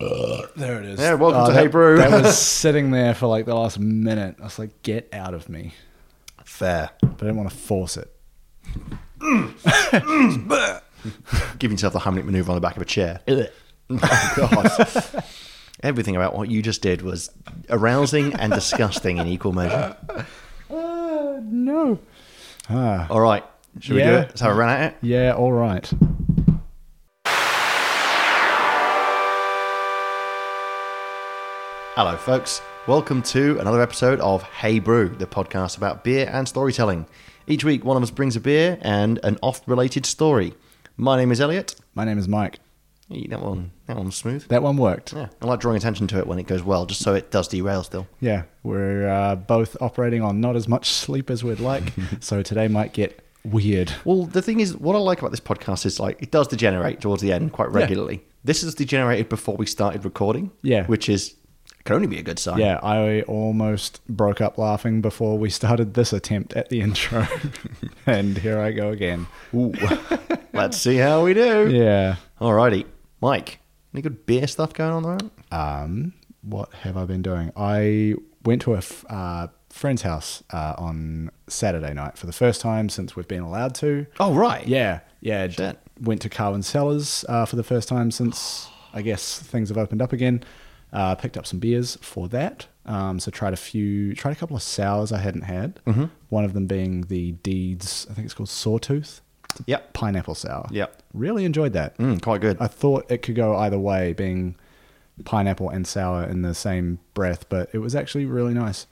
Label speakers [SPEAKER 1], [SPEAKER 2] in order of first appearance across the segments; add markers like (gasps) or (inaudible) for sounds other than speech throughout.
[SPEAKER 1] There it is.
[SPEAKER 2] Yeah, welcome to
[SPEAKER 1] uh, that,
[SPEAKER 2] Hey Brew.
[SPEAKER 1] that
[SPEAKER 2] (laughs)
[SPEAKER 1] was sitting there for like the last minute. I was like, get out of me.
[SPEAKER 2] Fair.
[SPEAKER 1] But I didn't want to force it.
[SPEAKER 2] (laughs) Give yourself the Hamlet maneuver on the back of a
[SPEAKER 1] (laughs)
[SPEAKER 2] chair. Oh, God. (laughs) Everything about what you just did was arousing and disgusting in equal measure.
[SPEAKER 1] Uh, no. Ah.
[SPEAKER 2] All right. Should we
[SPEAKER 1] Yeah.
[SPEAKER 2] do it? Let's have a run at it.
[SPEAKER 1] Yeah, all right.
[SPEAKER 2] Hello, folks. Welcome to another episode of Hey Brew, the podcast about beer and storytelling. Each week, one of us brings a beer and an oft related story. My name is Elliot.
[SPEAKER 1] My name is Mike.
[SPEAKER 2] Hey, That one, that one's smooth.
[SPEAKER 1] That one worked.
[SPEAKER 2] Yeah, I like drawing attention to it when it goes well, just so it does derail still.
[SPEAKER 1] Yeah, we're uh, both operating on not as much sleep as
[SPEAKER 2] (laughs)
[SPEAKER 1] we'd like, so today might get weird.
[SPEAKER 2] Well, the thing is, what I like about this podcast is like it does degenerate towards the end quite regularly. This has degenerated before we started recording.
[SPEAKER 1] Yeah.
[SPEAKER 2] which is can only be a good sign.
[SPEAKER 1] Yeah, I almost broke up laughing before we started this attempt at
[SPEAKER 2] (laughs)
[SPEAKER 1] the intro, and here I go again. (laughs)
[SPEAKER 2] Ooh. Let's see how we do.
[SPEAKER 1] Yeah.
[SPEAKER 2] Alrighty, Mike. Any good beer stuff going on around?
[SPEAKER 1] Um, what have I been doing? I went to a f- uh, friend's house uh, on Saturday night for the first time since we've been allowed to.
[SPEAKER 2] Oh right.
[SPEAKER 1] Yeah, yeah. d-
[SPEAKER 2] Shit.
[SPEAKER 1] Went to Carwin Cellars uh, for the first time since I guess things have opened up again. Uh, picked up some beers for that. Um, so tried a few, tried a couple of sours I hadn't had.
[SPEAKER 2] Mm-hmm.
[SPEAKER 1] One of them being the Deeds, I think it's called Sawtooth. It's a
[SPEAKER 2] Yep.
[SPEAKER 1] Pineapple sour.
[SPEAKER 2] Yep.
[SPEAKER 1] Really enjoyed that.
[SPEAKER 2] Mm, quite good.
[SPEAKER 1] I thought it could go either way, being pineapple and sour in the same breath, but it was actually really nice.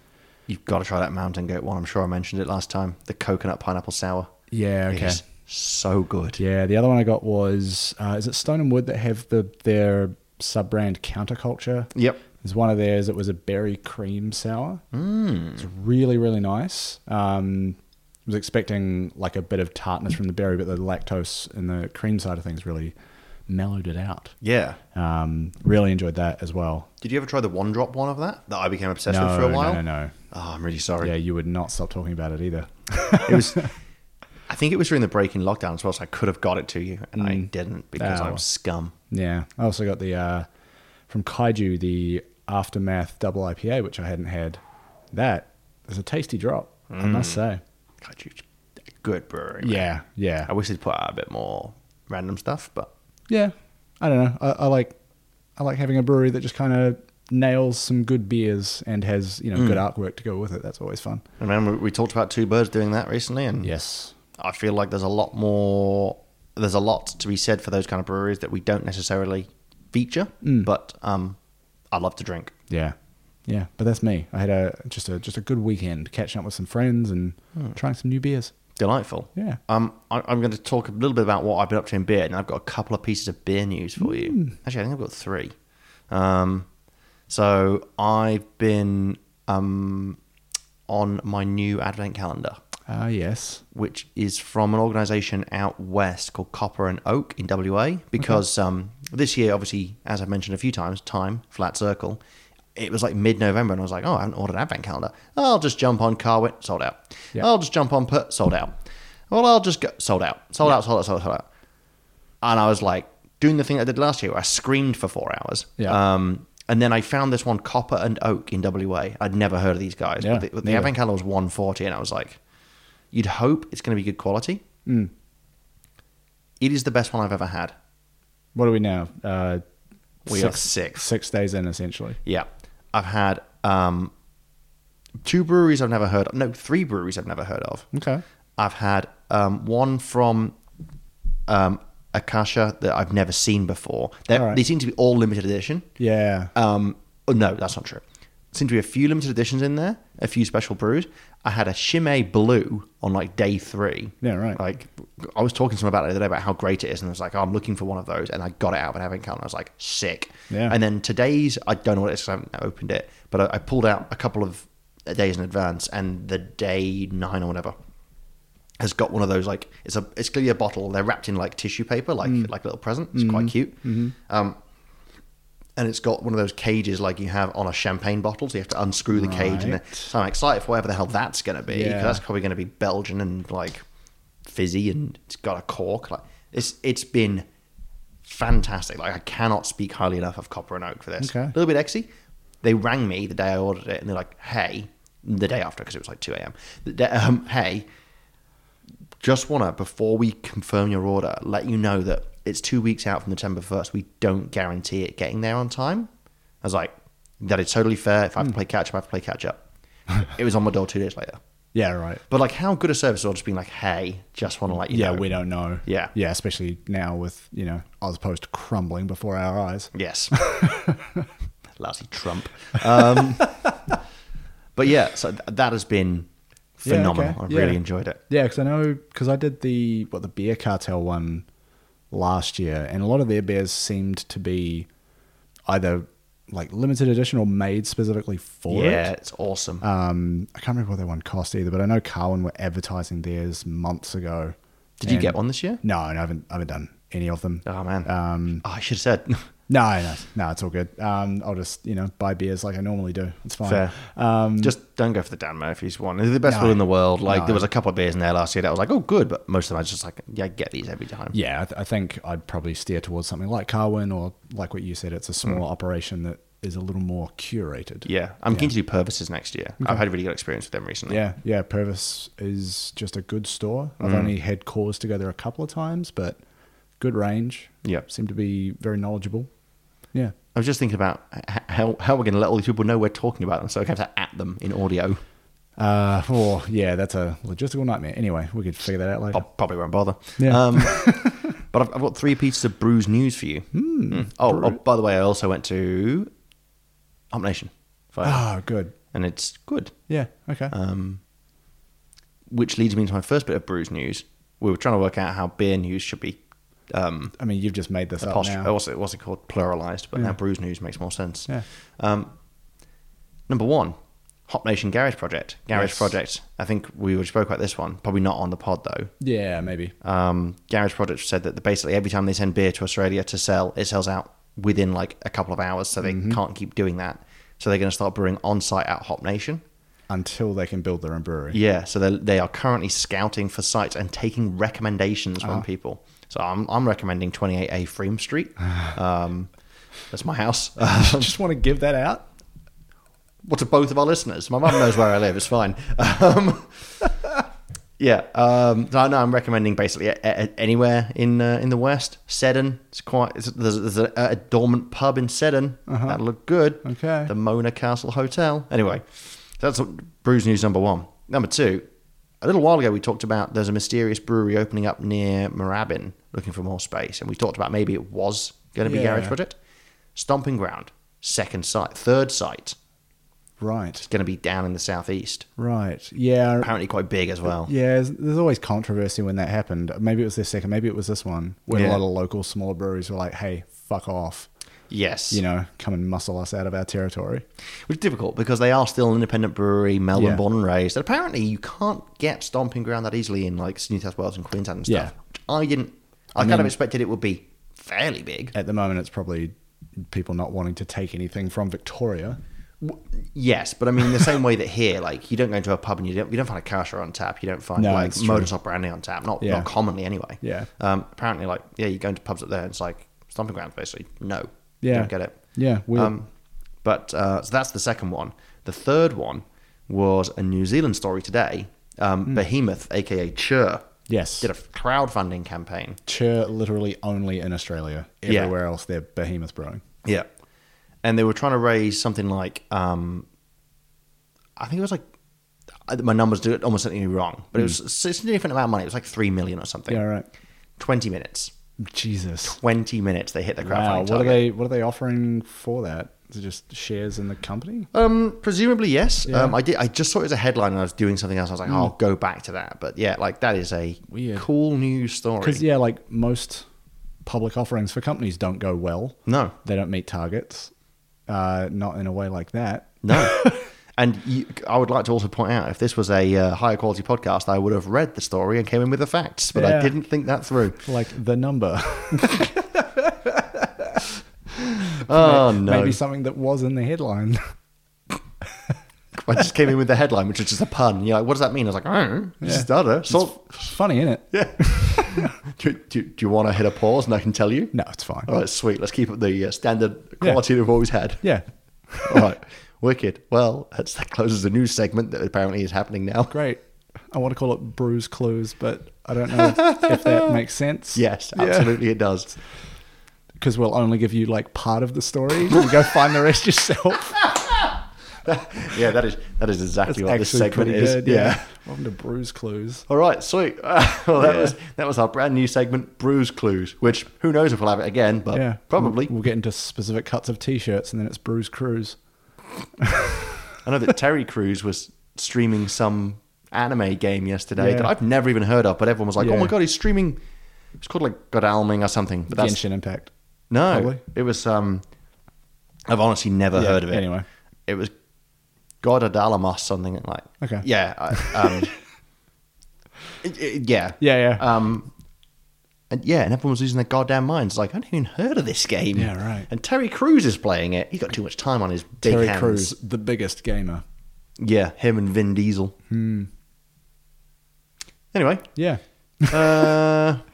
[SPEAKER 2] You've got to try that Mountain Goat one. I'm sure I mentioned it last time. The coconut pineapple sour.
[SPEAKER 1] Yeah.
[SPEAKER 2] It
[SPEAKER 1] Okay.
[SPEAKER 2] is so good.
[SPEAKER 1] Yeah, the other one I got was uh, is it Stone and Wood that have the their sub brand Counterculture?
[SPEAKER 2] Yep.
[SPEAKER 1] There's one of theirs that was a berry cream sour. Mm. It's really really nice. Um, I was expecting like a bit of tartness from the berry, but the lactose and the cream side of things really mellowed it out.
[SPEAKER 2] Yeah.
[SPEAKER 1] Um, really enjoyed that as well.
[SPEAKER 2] Did you ever try the one drop one of that that I became obsessed
[SPEAKER 1] no,
[SPEAKER 2] with for a while?
[SPEAKER 1] no, no,
[SPEAKER 2] Oh, I'm really sorry.
[SPEAKER 1] no. Yeah, you would not stop talking about it either.
[SPEAKER 2] It was. (laughs) I think it was during the break in lockdown as well, so I could have got it to you, and I didn't because
[SPEAKER 1] Ah,
[SPEAKER 2] I
[SPEAKER 1] well.
[SPEAKER 2] was scum.
[SPEAKER 1] Yeah. I also got the uh, from Kaiju the Aftermath Double IPA, which I hadn't had. That is a tasty drop,
[SPEAKER 2] Mm.
[SPEAKER 1] I must say.
[SPEAKER 2] God, you good brewery. man.
[SPEAKER 1] Yeah, yeah,
[SPEAKER 2] I wish they'd put out a bit more random stuff, but
[SPEAKER 1] yeah. I don't know. I, I like I like having a brewery that just kind of nails some good beers and has you know good
[SPEAKER 2] Mm.
[SPEAKER 1] artwork to go with it. That's always fun.
[SPEAKER 2] I mean, we, we talked about Two Birds doing that recently, and
[SPEAKER 1] Yes.
[SPEAKER 2] I feel like there's a lot more. There's a lot to be said for those kind of breweries that we don't necessarily feature, but um, I love to drink.
[SPEAKER 1] Yeah. Yeah, but that's me. I had a just a just a good weekend catching up with some friends and
[SPEAKER 2] Hmm.
[SPEAKER 1] trying some new beers.
[SPEAKER 2] Delightful.
[SPEAKER 1] Yeah.
[SPEAKER 2] Um, I, I'm going to talk a little bit about what I've been up to in beer, and I've got a couple of pieces of beer news for you. Actually, I think I've got three. Um, so I've been um, on my new advent calendar,
[SPEAKER 1] Ah, yes.
[SPEAKER 2] which is from an organisation out west called Copper and Oak in WA, because um, this year, obviously, as I've mentioned a few times, time flat circle. It was like mid-November, and I was like, "Oh, I haven't ordered an advent calendar. I'll just jump on Carwit, sold out.
[SPEAKER 1] Yeah.
[SPEAKER 2] I'll just jump on Put, sold out. Well, I'll just go sold out, sold out, sold out, sold out, sold out." And I was like doing the thing I did last year, where I screamed for four hours.
[SPEAKER 1] Yeah.
[SPEAKER 2] Um, and then I found this one, Copper and Oak in WA. I'd never heard of these guys.
[SPEAKER 1] Yeah,
[SPEAKER 2] but the, but the
[SPEAKER 1] neither.
[SPEAKER 2] advent calendar was 140, and I was like, you'd hope it's going to be good quality.
[SPEAKER 1] Hmm.
[SPEAKER 2] It is the best one I've ever had.
[SPEAKER 1] What are we now? Uh,
[SPEAKER 2] We are six.
[SPEAKER 1] Six days in, essentially.
[SPEAKER 2] Yeah. I've had um, two breweries I've never heard of. No, three breweries I've never heard of.
[SPEAKER 1] Okay.
[SPEAKER 2] I've had um, one from um, Akasha that I've never seen before. They're-
[SPEAKER 1] All right.
[SPEAKER 2] They seem to be all limited edition.
[SPEAKER 1] Yeah.
[SPEAKER 2] Um, oh, no, that's not true. Seem to be a few limited editions in there, a few special brews. I had a Chimay Blue on like day three.
[SPEAKER 1] Yeah, right.
[SPEAKER 2] Like I was talking to someone about it the other day about how great it is, and I was like, oh, I'm looking for one of those, and I got it out of an advent calendar. I was like, sick.
[SPEAKER 1] Yeah.
[SPEAKER 2] And then today's, I don't know what it is 'cause I haven't opened it, but I, I pulled out a couple of days in advance, and the day nine or whatever has got one of those like it's a it's clearly a bottle. They're wrapped in like tissue paper, like
[SPEAKER 1] Mm.
[SPEAKER 2] like a little present. It's
[SPEAKER 1] Mm-hmm.
[SPEAKER 2] quite cute. Um, and it's got one of those cages like you have on a champagne bottle, so you have to unscrew the cage. And then-
[SPEAKER 1] Right.
[SPEAKER 2] so I'm excited for whatever the hell that's going to be. 'cause
[SPEAKER 1] Yeah.
[SPEAKER 2] That's probably going to be Belgian and like fizzy, and it's got a cork. Like it's it's been fantastic. Like I cannot speak highly enough of Copper and Oak for this.
[SPEAKER 1] Okay.
[SPEAKER 2] A little bit exy. They rang me the day I ordered it, and they're like, "Hey," the day after because it was like two a.m. The day- Um, hey, just wanna before we confirm your order, let you know that it's two weeks out from December first. We don't guarantee it getting there on time. I was like, "That is totally fair. If I have to play catch up, I have to play catch up." it was on my door two days later.
[SPEAKER 1] Yeah, right.
[SPEAKER 2] But like, how good a service or just being like, "Hey, just want to let you
[SPEAKER 1] Yeah,
[SPEAKER 2] know."
[SPEAKER 1] we don't know.
[SPEAKER 2] Yeah.
[SPEAKER 1] Yeah, especially now with, you know, Ozpost crumbling before our eyes. (laughs)
[SPEAKER 2] Yes. Lousy Trump. Um, (laughs) but yeah, so th- that has been
[SPEAKER 1] Yeah,
[SPEAKER 2] phenomenal.
[SPEAKER 1] okay.
[SPEAKER 2] I've
[SPEAKER 1] Yeah.
[SPEAKER 2] really enjoyed it.
[SPEAKER 1] Yeah, because I know, because I did the, what, the beer cartel one last year, and a lot of their beers seemed to be either like limited edition or made specifically for
[SPEAKER 2] yeah,
[SPEAKER 1] it.
[SPEAKER 2] it's awesome.
[SPEAKER 1] Um, I can't remember what that one cost either, but I know Carwin were advertising theirs months ago.
[SPEAKER 2] Did you
[SPEAKER 1] and-
[SPEAKER 2] get one this year?
[SPEAKER 1] No, no, I haven't. I haven't done any of them.
[SPEAKER 2] Oh man.
[SPEAKER 1] Um,
[SPEAKER 2] oh, I should have said. (laughs)
[SPEAKER 1] no, no, no, it's all good. Um, I'll just you know buy beers like I normally do. It's fine.
[SPEAKER 2] Fair.
[SPEAKER 1] Um,
[SPEAKER 2] just don't go for the Dan Murphy's one. They're the best
[SPEAKER 1] No.
[SPEAKER 2] one in the world. Like
[SPEAKER 1] No.
[SPEAKER 2] there was a couple of beers in there last year that I was like, oh, good, but most of them I was just like, yeah, I get these every time.
[SPEAKER 1] yeah, I, th- I think I'd probably steer towards something like Carwin or like what you said. It's a small operation that is a little more curated.
[SPEAKER 2] Hmm. Yeah. I'm keen to do Purvis next year. I've had a really good experience with them recently.
[SPEAKER 1] Yeah, yeah. Purvis is just a good store. I've
[SPEAKER 2] Hmm.
[SPEAKER 1] only had cause to go there a couple of times, but good range.
[SPEAKER 2] Yeah.
[SPEAKER 1] seem to be very knowledgeable. Yeah.
[SPEAKER 2] I was just thinking about h- how, how we're going to let all these people know we're talking about them, so I have to at them in audio.
[SPEAKER 1] Uh, oh, yeah, that's a logistical nightmare. Anyway, we could figure that out later.
[SPEAKER 2] Prob- probably won't bother.
[SPEAKER 1] Yeah. (laughs)
[SPEAKER 2] Um, but I've, I've got three pieces of brews news for you.
[SPEAKER 1] Hmm,
[SPEAKER 2] Mm. Oh, oh, by the way, I also went to Hump Nation, Fire,
[SPEAKER 1] Oh, good.
[SPEAKER 2] and it's good.
[SPEAKER 1] Yeah, okay.
[SPEAKER 2] Um, which leads me to my first bit of brews news. We were trying to work out how beer news should be. Um,
[SPEAKER 1] I mean, you've just made this up
[SPEAKER 2] apostrophe,
[SPEAKER 1] now.
[SPEAKER 2] what's, it, what's it called? Pluralized, but
[SPEAKER 1] Yeah.
[SPEAKER 2] now brews news makes more sense.
[SPEAKER 1] Yeah.
[SPEAKER 2] Um, number one, Hop Nation Garage Project. Garage
[SPEAKER 1] Yes.
[SPEAKER 2] Project. I think we already spoke about this one. Probably not on the pod though.
[SPEAKER 1] Yeah, maybe.
[SPEAKER 2] um, Garage Project said that basically every time they send beer to Australia to sell, it sells out within like a couple of hours, so they can't keep doing that. So they're going to start brewing on site at Hop Nation.
[SPEAKER 1] Until they can build their own brewery.
[SPEAKER 2] Yeah, so they they are currently scouting for sites and taking recommendations from people. So I'm I'm recommending 28A Freem Street. Um, that's my house.
[SPEAKER 1] (laughs) I just want to give that out.
[SPEAKER 2] well, to both of our listeners. My mum knows where I live. It's fine. Um, (laughs) yeah. Um, no, no, I'm recommending basically a, a, anywhere in uh, in the West. Seddon. It's quite. It's, there's there's a, a dormant pub in Seddon that'll look good.
[SPEAKER 1] Uh-huh. Okay.
[SPEAKER 2] The Mona Castle Hotel. Anyway, that's brews news number one. Number two. A little while ago, we talked about there's a mysterious brewery opening up near Moorabbin, looking for more space, and we talked about maybe it was going to be
[SPEAKER 1] Yeah.
[SPEAKER 2] Garage Project, Stomping Ground, second site, third site
[SPEAKER 1] Right,
[SPEAKER 2] going to be down in the southeast.
[SPEAKER 1] right. Yeah,
[SPEAKER 2] Apparently, quite big as well.
[SPEAKER 1] yeah. There's, there's always controversy when that happened. Maybe it was this second, maybe it was this one, when a
[SPEAKER 2] Yeah.
[SPEAKER 1] lot of local smaller breweries were like, hey, fuck off.
[SPEAKER 2] Yes,
[SPEAKER 1] You know, come and muscle us out of our territory.
[SPEAKER 2] which is difficult because they are still an independent brewery, Melbourne
[SPEAKER 1] Yeah.
[SPEAKER 2] born and raised. And apparently, you can't get stomping ground that easily in like New South Wales and Queensland and stuff.
[SPEAKER 1] Yeah.
[SPEAKER 2] which I didn't. I, kind of expected it would be fairly big.
[SPEAKER 1] At the moment, it's probably people not wanting to take anything from Victoria.
[SPEAKER 2] Yes, but I mean, the same way that here, like you don't go into a pub and you don't you don't find a kasha on tap. You don't find
[SPEAKER 1] No,
[SPEAKER 2] like
[SPEAKER 1] that's true.
[SPEAKER 2] modus operandi on tap. Not
[SPEAKER 1] Yeah.
[SPEAKER 2] not commonly anyway.
[SPEAKER 1] Yeah.
[SPEAKER 2] Um, apparently, like yeah, you go into pubs up there and it's like stomping ground basically. No.
[SPEAKER 1] Yeah.
[SPEAKER 2] You don't get it.
[SPEAKER 1] Yeah, weird.
[SPEAKER 2] Um, but uh, so that's the second one. The third one was a New Zealand story today. Um, Behemoth, aka Chur,
[SPEAKER 1] Hmm. Yes.
[SPEAKER 2] did a crowdfunding campaign.
[SPEAKER 1] Chur literally only in Australia.
[SPEAKER 2] Yeah.
[SPEAKER 1] Everywhere else, they're behemoth brewing.
[SPEAKER 2] Yeah, and they were trying to raise something like um, I think it was like I- my numbers do it almost certainly wrong, but it was a significant amount of money. It was like three million or something.
[SPEAKER 1] Hmm. Yeah, right.
[SPEAKER 2] Twenty minutes.
[SPEAKER 1] Jesus.
[SPEAKER 2] Twenty minutes. They hit the crowdfunding
[SPEAKER 1] Wow. What are
[SPEAKER 2] target.
[SPEAKER 1] they? What are they offering for that? Is it just shares in the company?
[SPEAKER 2] Um, presumably yes.
[SPEAKER 1] Yeah. Hmm.
[SPEAKER 2] Um, I did. I just saw it as a headline, and I was doing something else. I was like, oh, I'll go back to that. But yeah, like that is a
[SPEAKER 1] Weird.
[SPEAKER 2] cool news story.
[SPEAKER 1] Because yeah, like most public offerings for companies don't go well.
[SPEAKER 2] No,
[SPEAKER 1] They don't meet targets. Uh, not in a way like that. (laughs)
[SPEAKER 2] no. and you, I would like to also point out, if this was a uh, higher quality podcast, I would have read the story and came in with the facts, but I
[SPEAKER 1] Yeah.
[SPEAKER 2] didn't think that through.
[SPEAKER 1] (laughs) Like the number. (laughs)
[SPEAKER 2] Oh no!
[SPEAKER 1] Maybe something that was in the headline.
[SPEAKER 2] (laughs) I just came in with the headline, which was just a pun. You're like, what does that mean? I was like, oh,
[SPEAKER 1] Yeah.
[SPEAKER 2] stutter. Salt.
[SPEAKER 1] Funny, innit?
[SPEAKER 2] Yeah. (laughs) do, do, do you want to hit a pause and I can tell you?
[SPEAKER 1] No, it's fine.
[SPEAKER 2] All right, sweet. Let's keep up the uh, standard quality we've always had.
[SPEAKER 1] Yeah.
[SPEAKER 2] All (laughs) right, wicked. Well, that's, that closes a news segment that apparently is happening now.
[SPEAKER 1] Great. I want to call it bruise clues, but I don't know if,
[SPEAKER 2] (laughs)
[SPEAKER 1] if that makes
[SPEAKER 2] (laughs)
[SPEAKER 1] sense.
[SPEAKER 2] Yes, absolutely, it does.
[SPEAKER 1] Because we'll only give you like part of the story. You go find the rest yourself.
[SPEAKER 2] Yeah, that is that is exactly
[SPEAKER 1] It's
[SPEAKER 2] what this
[SPEAKER 1] actually
[SPEAKER 2] segment
[SPEAKER 1] pretty
[SPEAKER 2] is.
[SPEAKER 1] good.
[SPEAKER 2] yeah.
[SPEAKER 1] Welcome to Bruise Clues.
[SPEAKER 2] All right, sweet. (laughs) well, that
[SPEAKER 1] Yeah.
[SPEAKER 2] was that was our brand new segment, Bruise Clues, which who knows if we'll have it again, but
[SPEAKER 1] Yeah.
[SPEAKER 2] Uh, probably.
[SPEAKER 1] We'll, we'll get into specific cuts of t shirts and then it's Bruise Cruise.
[SPEAKER 2] I know that Terry Crews was streaming some anime game yesterday
[SPEAKER 1] Yeah.
[SPEAKER 2] that I've never even heard of, but everyone was like, "Oh
[SPEAKER 1] Yeah.
[SPEAKER 2] my god, he's streaming!" It's called like Godalming or something. But that's
[SPEAKER 1] Genshin Impact.
[SPEAKER 2] no,
[SPEAKER 1] probably.
[SPEAKER 2] it was. um I've honestly never
[SPEAKER 1] Yeah,
[SPEAKER 2] heard of it.
[SPEAKER 1] anyway.
[SPEAKER 2] it was Godadalamos something like.
[SPEAKER 1] Okay.
[SPEAKER 2] Yeah. I,
[SPEAKER 1] (laughs)
[SPEAKER 2] um, it- it- yeah.
[SPEAKER 1] Yeah, yeah.
[SPEAKER 2] Um, and yeah, and everyone was losing their goddamn minds. Like, I haven't even heard of this game.
[SPEAKER 1] Yeah, right.
[SPEAKER 2] And Terry Crews is playing it. He's got too much time on his big
[SPEAKER 1] Terry
[SPEAKER 2] hands.
[SPEAKER 1] Crews, the biggest gamer.
[SPEAKER 2] Yeah, him and Vin Diesel.
[SPEAKER 1] Hmm.
[SPEAKER 2] Anyway,
[SPEAKER 1] Yeah.
[SPEAKER 2] uh, (laughs)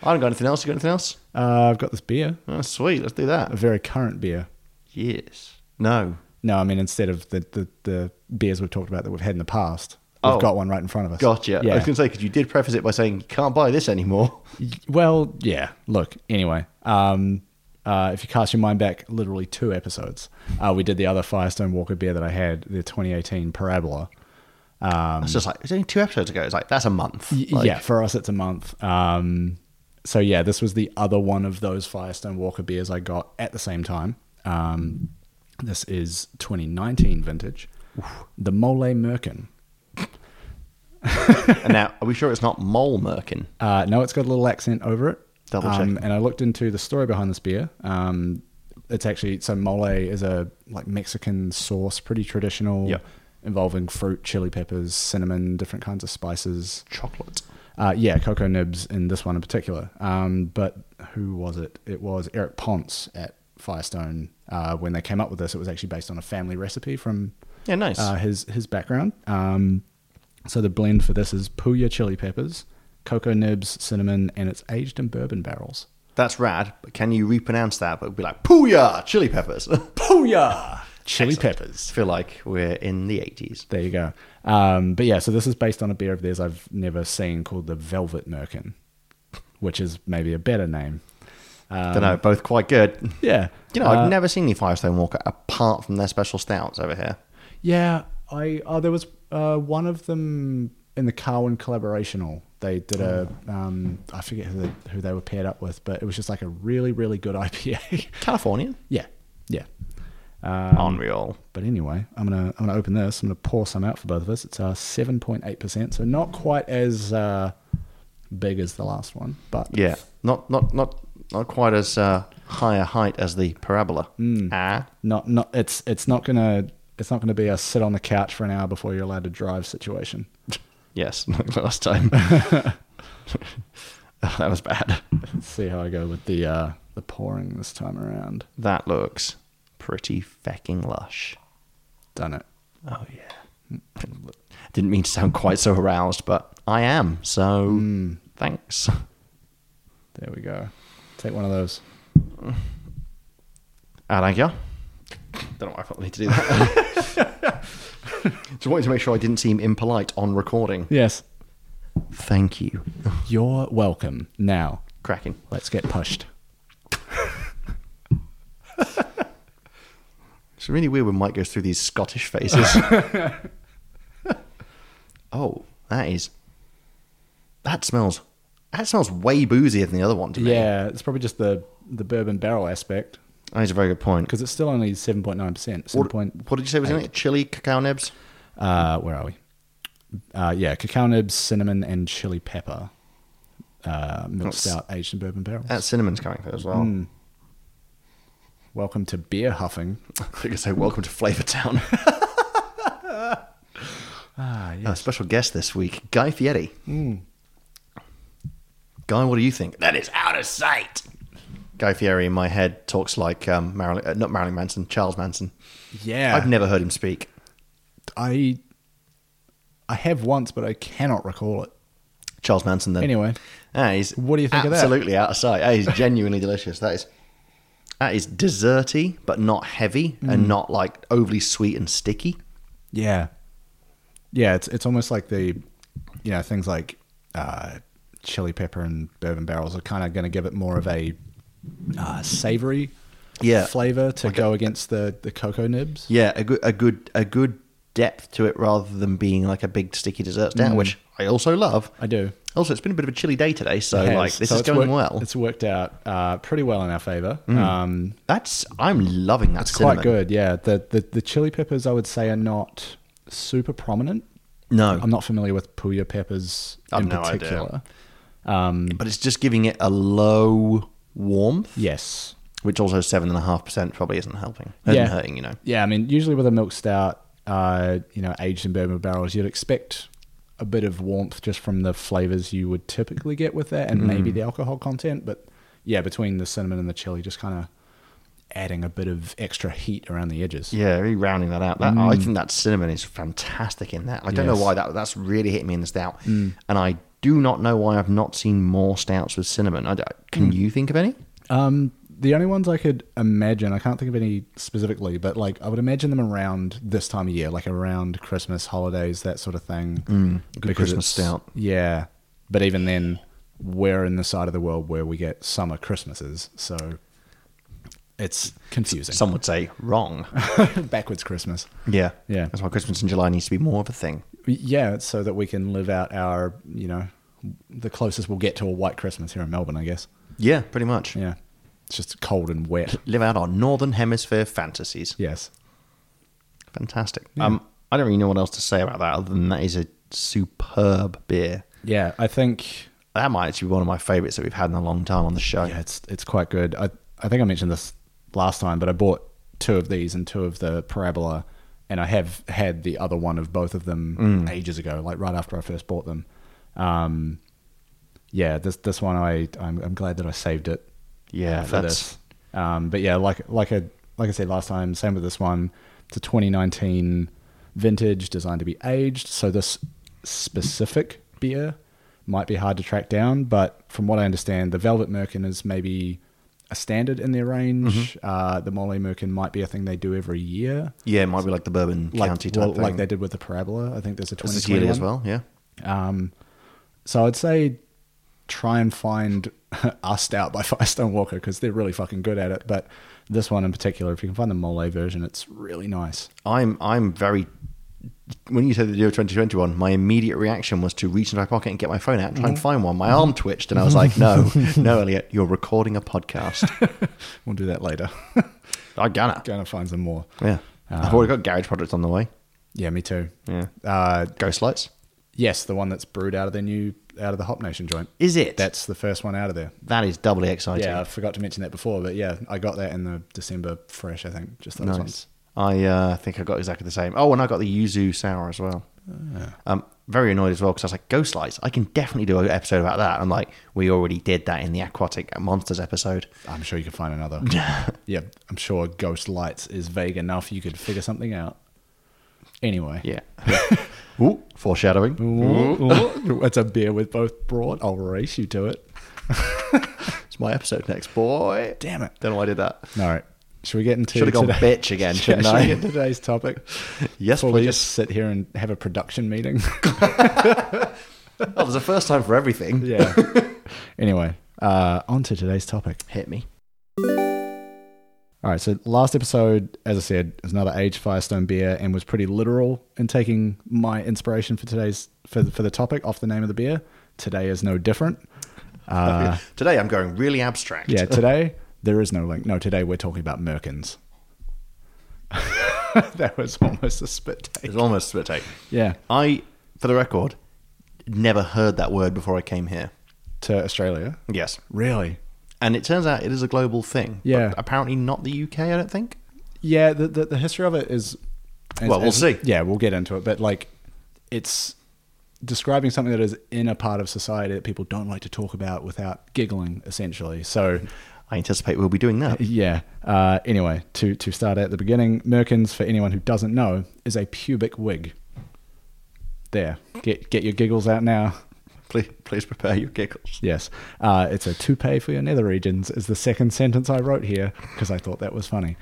[SPEAKER 2] I don't got anything else. You got anything else?
[SPEAKER 1] Uh, I've got this beer,
[SPEAKER 2] Oh, sweet, let's do
[SPEAKER 1] a
[SPEAKER 2] that.
[SPEAKER 1] very current beer.
[SPEAKER 2] Yes. No.
[SPEAKER 1] No, I mean, instead of the, the, the beers we've talked about that we've had in the past, we've
[SPEAKER 2] Oh.
[SPEAKER 1] got one right in front of us.
[SPEAKER 2] Gotcha. I
[SPEAKER 1] Yeah.
[SPEAKER 2] was going to say, because you did preface it by saying you can't buy this anymore.
[SPEAKER 1] Well, yeah. Look, anyway, um, uh, if you cast your mind back literally two episodes, uh, we did the other Firestone Walker beer that I had, the 2018 Parabola.
[SPEAKER 2] it's just like, it's only two episodes ago. It's like, that's a month.
[SPEAKER 1] Um, Y-
[SPEAKER 2] Like,
[SPEAKER 1] yeah, for us it's a month. Um, so yeah, this was the other one of those Firestone Walker beers I got at the same time. Um, this is 2019 vintage, the Mole Merkin.
[SPEAKER 2] And now, are we sure it's not Mole Merkin?
[SPEAKER 1] Uh, no, it's got a little accent over it.
[SPEAKER 2] Double
[SPEAKER 1] um,
[SPEAKER 2] check.
[SPEAKER 1] And I looked into the story behind this beer. Um, it's actually so mole is a like Mexican sauce, pretty traditional,
[SPEAKER 2] Yeah.
[SPEAKER 1] involving fruit, chili peppers, cinnamon, different kinds of spices.
[SPEAKER 2] Chocolate.
[SPEAKER 1] Uh, yeah, cocoa nibs in this one in particular. Um, but who was it? It was Eric Ponce at Firestone. Uh, when they came up with this, it was actually based on a family recipe from
[SPEAKER 2] Yeah, nice.
[SPEAKER 1] uh, his his background. Um, so the blend for this is puya chili peppers, cocoa nibs, cinnamon, and it's aged in bourbon barrels.
[SPEAKER 2] that's rad, but can you repronounce that? But it'd be like, Pooyah! Chili peppers. (laughs)
[SPEAKER 1] Puya chili
[SPEAKER 2] Excellent.
[SPEAKER 1] peppers.
[SPEAKER 2] feel like we're in the 80s.
[SPEAKER 1] There you go. Um, but yeah, so this is based on a beer of theirs I've never seen called the Velvet Merkin, which is maybe a better name.
[SPEAKER 2] Don't know, both quite good.
[SPEAKER 1] Yeah,
[SPEAKER 2] You know,
[SPEAKER 1] Um, Uh,
[SPEAKER 2] I've never seen the Firestone Walker apart from their special stouts over here.
[SPEAKER 1] Yeah, I oh there was uh, one of them in the Carwin collaborational. They did a um, I forget who they, who they were paired up with, but it was just like a really really good (laughs) IPA.
[SPEAKER 2] Californian.
[SPEAKER 1] yeah, yeah. um,
[SPEAKER 2] Unreal.
[SPEAKER 1] But anyway, I'm gonna I'm gonna open this. I'm gonna pour some out for both of us. It's uh seven point eight percent, so not quite as uh, big as the last one, but
[SPEAKER 2] Yeah. Not not not not quite as uh, high a height as the parabola. Ah.
[SPEAKER 1] not not it's it's not gonna it's not gonna be a sit on the couch for an hour before you're allowed to drive situation.
[SPEAKER 2] Yes, (laughs) like last time. that was bad.
[SPEAKER 1] Let's see how I go with the uh, the pouring this time around.
[SPEAKER 2] That looks pretty fecking lush.
[SPEAKER 1] Done it.
[SPEAKER 2] Oh yeah. (laughs) Didn't mean to sound quite so aroused, but I am, so thanks.
[SPEAKER 1] There we go. Take one of those.
[SPEAKER 2] Ah, thank you. Don't know why I felt the need to do that. (laughs) Just wanted to make sure I didn't seem impolite on recording.
[SPEAKER 1] Yes.
[SPEAKER 2] Thank you.
[SPEAKER 1] You're welcome. Now,
[SPEAKER 2] Cracking.
[SPEAKER 1] let's get pushed.
[SPEAKER 2] It's really weird when Mike goes through these Scottish
[SPEAKER 1] (laughs)
[SPEAKER 2] faces. oh, that is. That smells. That smells way boozier than the other one to me.
[SPEAKER 1] Yeah, it's probably just the, the bourbon barrel aspect
[SPEAKER 2] That is a very good point.
[SPEAKER 1] because it's still only 7.9%. Seven
[SPEAKER 2] What,
[SPEAKER 1] point,
[SPEAKER 2] what did you say was in it? Chili, cacao nibs?
[SPEAKER 1] uh, where are we? Uh, yeah, cacao nibs, cinnamon, and chili pepper. Uh, milk
[SPEAKER 2] That's-
[SPEAKER 1] stout aged in bourbon barrels.
[SPEAKER 2] That cinnamon's coming through as well.
[SPEAKER 1] Hmm. Welcome to beer huffing.
[SPEAKER 2] I was going to say, welcome to Flavor Town. (laughs)
[SPEAKER 1] Ah, Hmm. yeah.
[SPEAKER 2] A special guest this week, Guy Fieri. Guy, what do you think? That is out of sight. Guy Fieri in my head talks like um, Marilyn, uh, not Marilyn Manson, Charles Manson.
[SPEAKER 1] Yeah.
[SPEAKER 2] I've never heard him speak.
[SPEAKER 1] I, I have once, but I cannot recall it.
[SPEAKER 2] Charles Manson then.
[SPEAKER 1] Anyway,
[SPEAKER 2] Ah, he's
[SPEAKER 1] What do you think of that?
[SPEAKER 2] Absolutely out of sight. Ah, he's genuinely delicious. That is that is desserty, but not heavy
[SPEAKER 1] Hmm.
[SPEAKER 2] and not like overly sweet and sticky.
[SPEAKER 1] yeah, yeah. It's it's almost like the, you know, things like uh, chili pepper and bourbon barrels are kind of going to give it more of a uh, savory
[SPEAKER 2] Yeah.
[SPEAKER 1] flavor to go against the the cocoa nibs.
[SPEAKER 2] Yeah, a good a good a good depth to it rather than being like a big sticky dessert down, which I also love.
[SPEAKER 1] Mm. I do.
[SPEAKER 2] Also, it's been a bit of a chilly day today, so
[SPEAKER 1] It has.
[SPEAKER 2] like this
[SPEAKER 1] So
[SPEAKER 2] is
[SPEAKER 1] it's
[SPEAKER 2] going
[SPEAKER 1] worked-
[SPEAKER 2] well.
[SPEAKER 1] It's worked out uh, pretty well in our favor. Um,
[SPEAKER 2] That's I'm loving that.
[SPEAKER 1] it's
[SPEAKER 2] cinnamon.
[SPEAKER 1] quite good. Yeah, the, the the chili peppers I would say are not super prominent.
[SPEAKER 2] No,
[SPEAKER 1] I'm not familiar with puya peppers
[SPEAKER 2] Oh. I've
[SPEAKER 1] in
[SPEAKER 2] no idea.
[SPEAKER 1] particular.
[SPEAKER 2] but it's just giving it a low warmth,
[SPEAKER 1] Yes.
[SPEAKER 2] which also seven and a half percent probably isn't helping. Isn't
[SPEAKER 1] yeah.
[SPEAKER 2] hurting, you know.
[SPEAKER 1] Yeah, I mean, usually with a milk stout, uh, you know, aged in bourbon barrels, you'd expect a bit of warmth just from the flavors you would typically get with that, and
[SPEAKER 2] Mm.
[SPEAKER 1] maybe the alcohol content. But yeah, between the cinnamon and the chili, just kind of adding a bit of extra heat around the edges.
[SPEAKER 2] Yeah, really rounding that out. That, I think that cinnamon is fantastic in that. I don't
[SPEAKER 1] Mm. Yes. Mm.
[SPEAKER 2] know why that that's really hit me in the stout, and I do not know why I've not seen more stouts with cinnamon. I, don't-
[SPEAKER 1] Mm.
[SPEAKER 2] can you think of any?
[SPEAKER 1] Um, the only ones I could imagine, I can't think of any specifically, but like I would imagine them around this time of year, like around Christmas, holidays, that sort of thing. Mm,
[SPEAKER 2] good Christmas stout.
[SPEAKER 1] Yeah. But even then, we're in the side of the world where we get summer Christmases. So it's confusing.
[SPEAKER 2] Some would say wrong.
[SPEAKER 1] (laughs) Backwards Christmas.
[SPEAKER 2] yeah,
[SPEAKER 1] Yeah.
[SPEAKER 2] That's why Christmas in July needs to be more of a thing.
[SPEAKER 1] Yeah, it's so that we can live out our, you know, the closest we'll get to a white Christmas here in Melbourne, I guess.
[SPEAKER 2] Yeah, pretty much.
[SPEAKER 1] Yeah. It's just cold and wet.
[SPEAKER 2] Live out our northern hemisphere fantasies.
[SPEAKER 1] Yes.
[SPEAKER 2] Fantastic. Um, I don't really know what else to say about that other than that is a superb beer.
[SPEAKER 1] Yeah. I think
[SPEAKER 2] That might actually be one of my favourites that we've had in a long time on the show.
[SPEAKER 1] Yeah, it's it's quite good. I I think I mentioned this last time, but I bought two of these and two of the Parabola, and I have had the other one of both of them ages ago, like right after I first bought them. Um, yeah, this this one I I'm, I'm glad that I saved it.
[SPEAKER 2] Yeah,
[SPEAKER 1] uh, for
[SPEAKER 2] that's-
[SPEAKER 1] this. Um, but yeah, like like I like I said last time, same with this one. It's a 2019 vintage designed to be aged, so this specific beer might be hard to track down. But from what I understand, the Velvet Merkin is maybe a standard in their range.
[SPEAKER 2] Mm-hmm.
[SPEAKER 1] Uh, the Mole Merkin might be a thing they do every year,
[SPEAKER 2] Yeah, it might be like the Bourbon
[SPEAKER 1] like
[SPEAKER 2] County type
[SPEAKER 1] well,
[SPEAKER 2] thing.
[SPEAKER 1] like they did with the Parabola. I think there's a
[SPEAKER 2] It's a Sealy
[SPEAKER 1] 2021
[SPEAKER 2] as well, yeah.
[SPEAKER 1] um, so I'd say try and find (laughs) Us Out by (laughs) Firestone Walker because they're really fucking good at it. But this one in particular, if you can find the Mole version, it's really nice.
[SPEAKER 2] I'm I'm very. When you said the year 2021, my immediate reaction was to reach into my pocket and get my phone out and try and find one. My arm twitched, and I was like, (laughs) "No, no, Elliot, you're recording a podcast.
[SPEAKER 1] We'll do that later. (laughs)
[SPEAKER 2] I gonna, (laughs)
[SPEAKER 1] Gonna find some more.
[SPEAKER 2] yeah. I've already got garage products on the way.
[SPEAKER 1] Yeah, me too.
[SPEAKER 2] Yeah,
[SPEAKER 1] Uh,
[SPEAKER 2] Ghost Lights.
[SPEAKER 1] yes, the one that's brewed out of their new out of the Hop Nation joint.
[SPEAKER 2] Is it?
[SPEAKER 1] That's the first one out of there.
[SPEAKER 2] that is doubly exciting.
[SPEAKER 1] Yeah, I forgot to mention that before, but yeah, I got that in the December fresh. I think just those ones.
[SPEAKER 2] Nice. I uh, think I got exactly the same. Oh, and I got the yuzu sour as well. Um, very annoyed as well because I was like, Ghost Lights. I can definitely do an episode about that. I'm like, we already did that in the Aquatic Monsters episode.
[SPEAKER 1] I'm sure you could find
[SPEAKER 2] (laughs)
[SPEAKER 1] another. yeah, I'm sure Ghost Lights is vague enough. You could figure something out. Anyway,
[SPEAKER 2] Yeah. (laughs) Ooh, foreshadowing.
[SPEAKER 1] Ooh,
[SPEAKER 2] (laughs)
[SPEAKER 1] ooh. it's a beer with both broad. I'll race you to it.
[SPEAKER 2] It's my episode next, boy.
[SPEAKER 1] Damn it!
[SPEAKER 2] Don't know why I did that.
[SPEAKER 1] All right, should we get into?
[SPEAKER 2] Should have gone
[SPEAKER 1] today-
[SPEAKER 2] bitch again,
[SPEAKER 1] (laughs) Yeah,
[SPEAKER 2] shouldn't
[SPEAKER 1] should
[SPEAKER 2] I?
[SPEAKER 1] we get today's topic?
[SPEAKER 2] (laughs) Yes,
[SPEAKER 1] Before we just
[SPEAKER 2] please.
[SPEAKER 1] sit here and have a
[SPEAKER 2] (laughs)
[SPEAKER 1] production meeting. (laughs)
[SPEAKER 2] Oh, there's a first time for everything.
[SPEAKER 1] yeah. anyway, uh, on to today's topic.
[SPEAKER 2] Hit me.
[SPEAKER 1] All right, so last episode, as I said, is another aged Firestone beer, and was pretty literal in taking my inspiration for today's for the, for the topic off the name of the beer. Today is no different. Uh,
[SPEAKER 2] Today I'm going really abstract.
[SPEAKER 1] (laughs) yeah, today there is no link. No, today we're talking about Merkins. (laughs) that was almost a spit take.
[SPEAKER 2] It's almost spit take.
[SPEAKER 1] Yeah,
[SPEAKER 2] I, for the record, never heard that word before I came here.
[SPEAKER 1] to Australia.
[SPEAKER 2] Yes.
[SPEAKER 1] Really?
[SPEAKER 2] And it turns out it is a global thing.
[SPEAKER 1] Yeah.
[SPEAKER 2] But apparently not the UK, I don't think.
[SPEAKER 1] Yeah, the, the, the history of it is. is-
[SPEAKER 2] Well, we'll
[SPEAKER 1] is-
[SPEAKER 2] see.
[SPEAKER 1] Yeah, we'll get into it. But, like, it's describing something that is in a part of society that people don't like to talk about without giggling, essentially. So,
[SPEAKER 2] I anticipate we'll be doing
[SPEAKER 1] (laughs)
[SPEAKER 2] that.
[SPEAKER 1] yeah. Uh, anyway, to, to start at the beginning, Merkins, for anyone who doesn't know, is a pubic wig. There. Get, get your giggles out now.
[SPEAKER 2] Please, please prepare your giggles.
[SPEAKER 1] Yes. Uh, it's a toupee for your nether regions, is the second sentence I wrote here because I thought that was funny.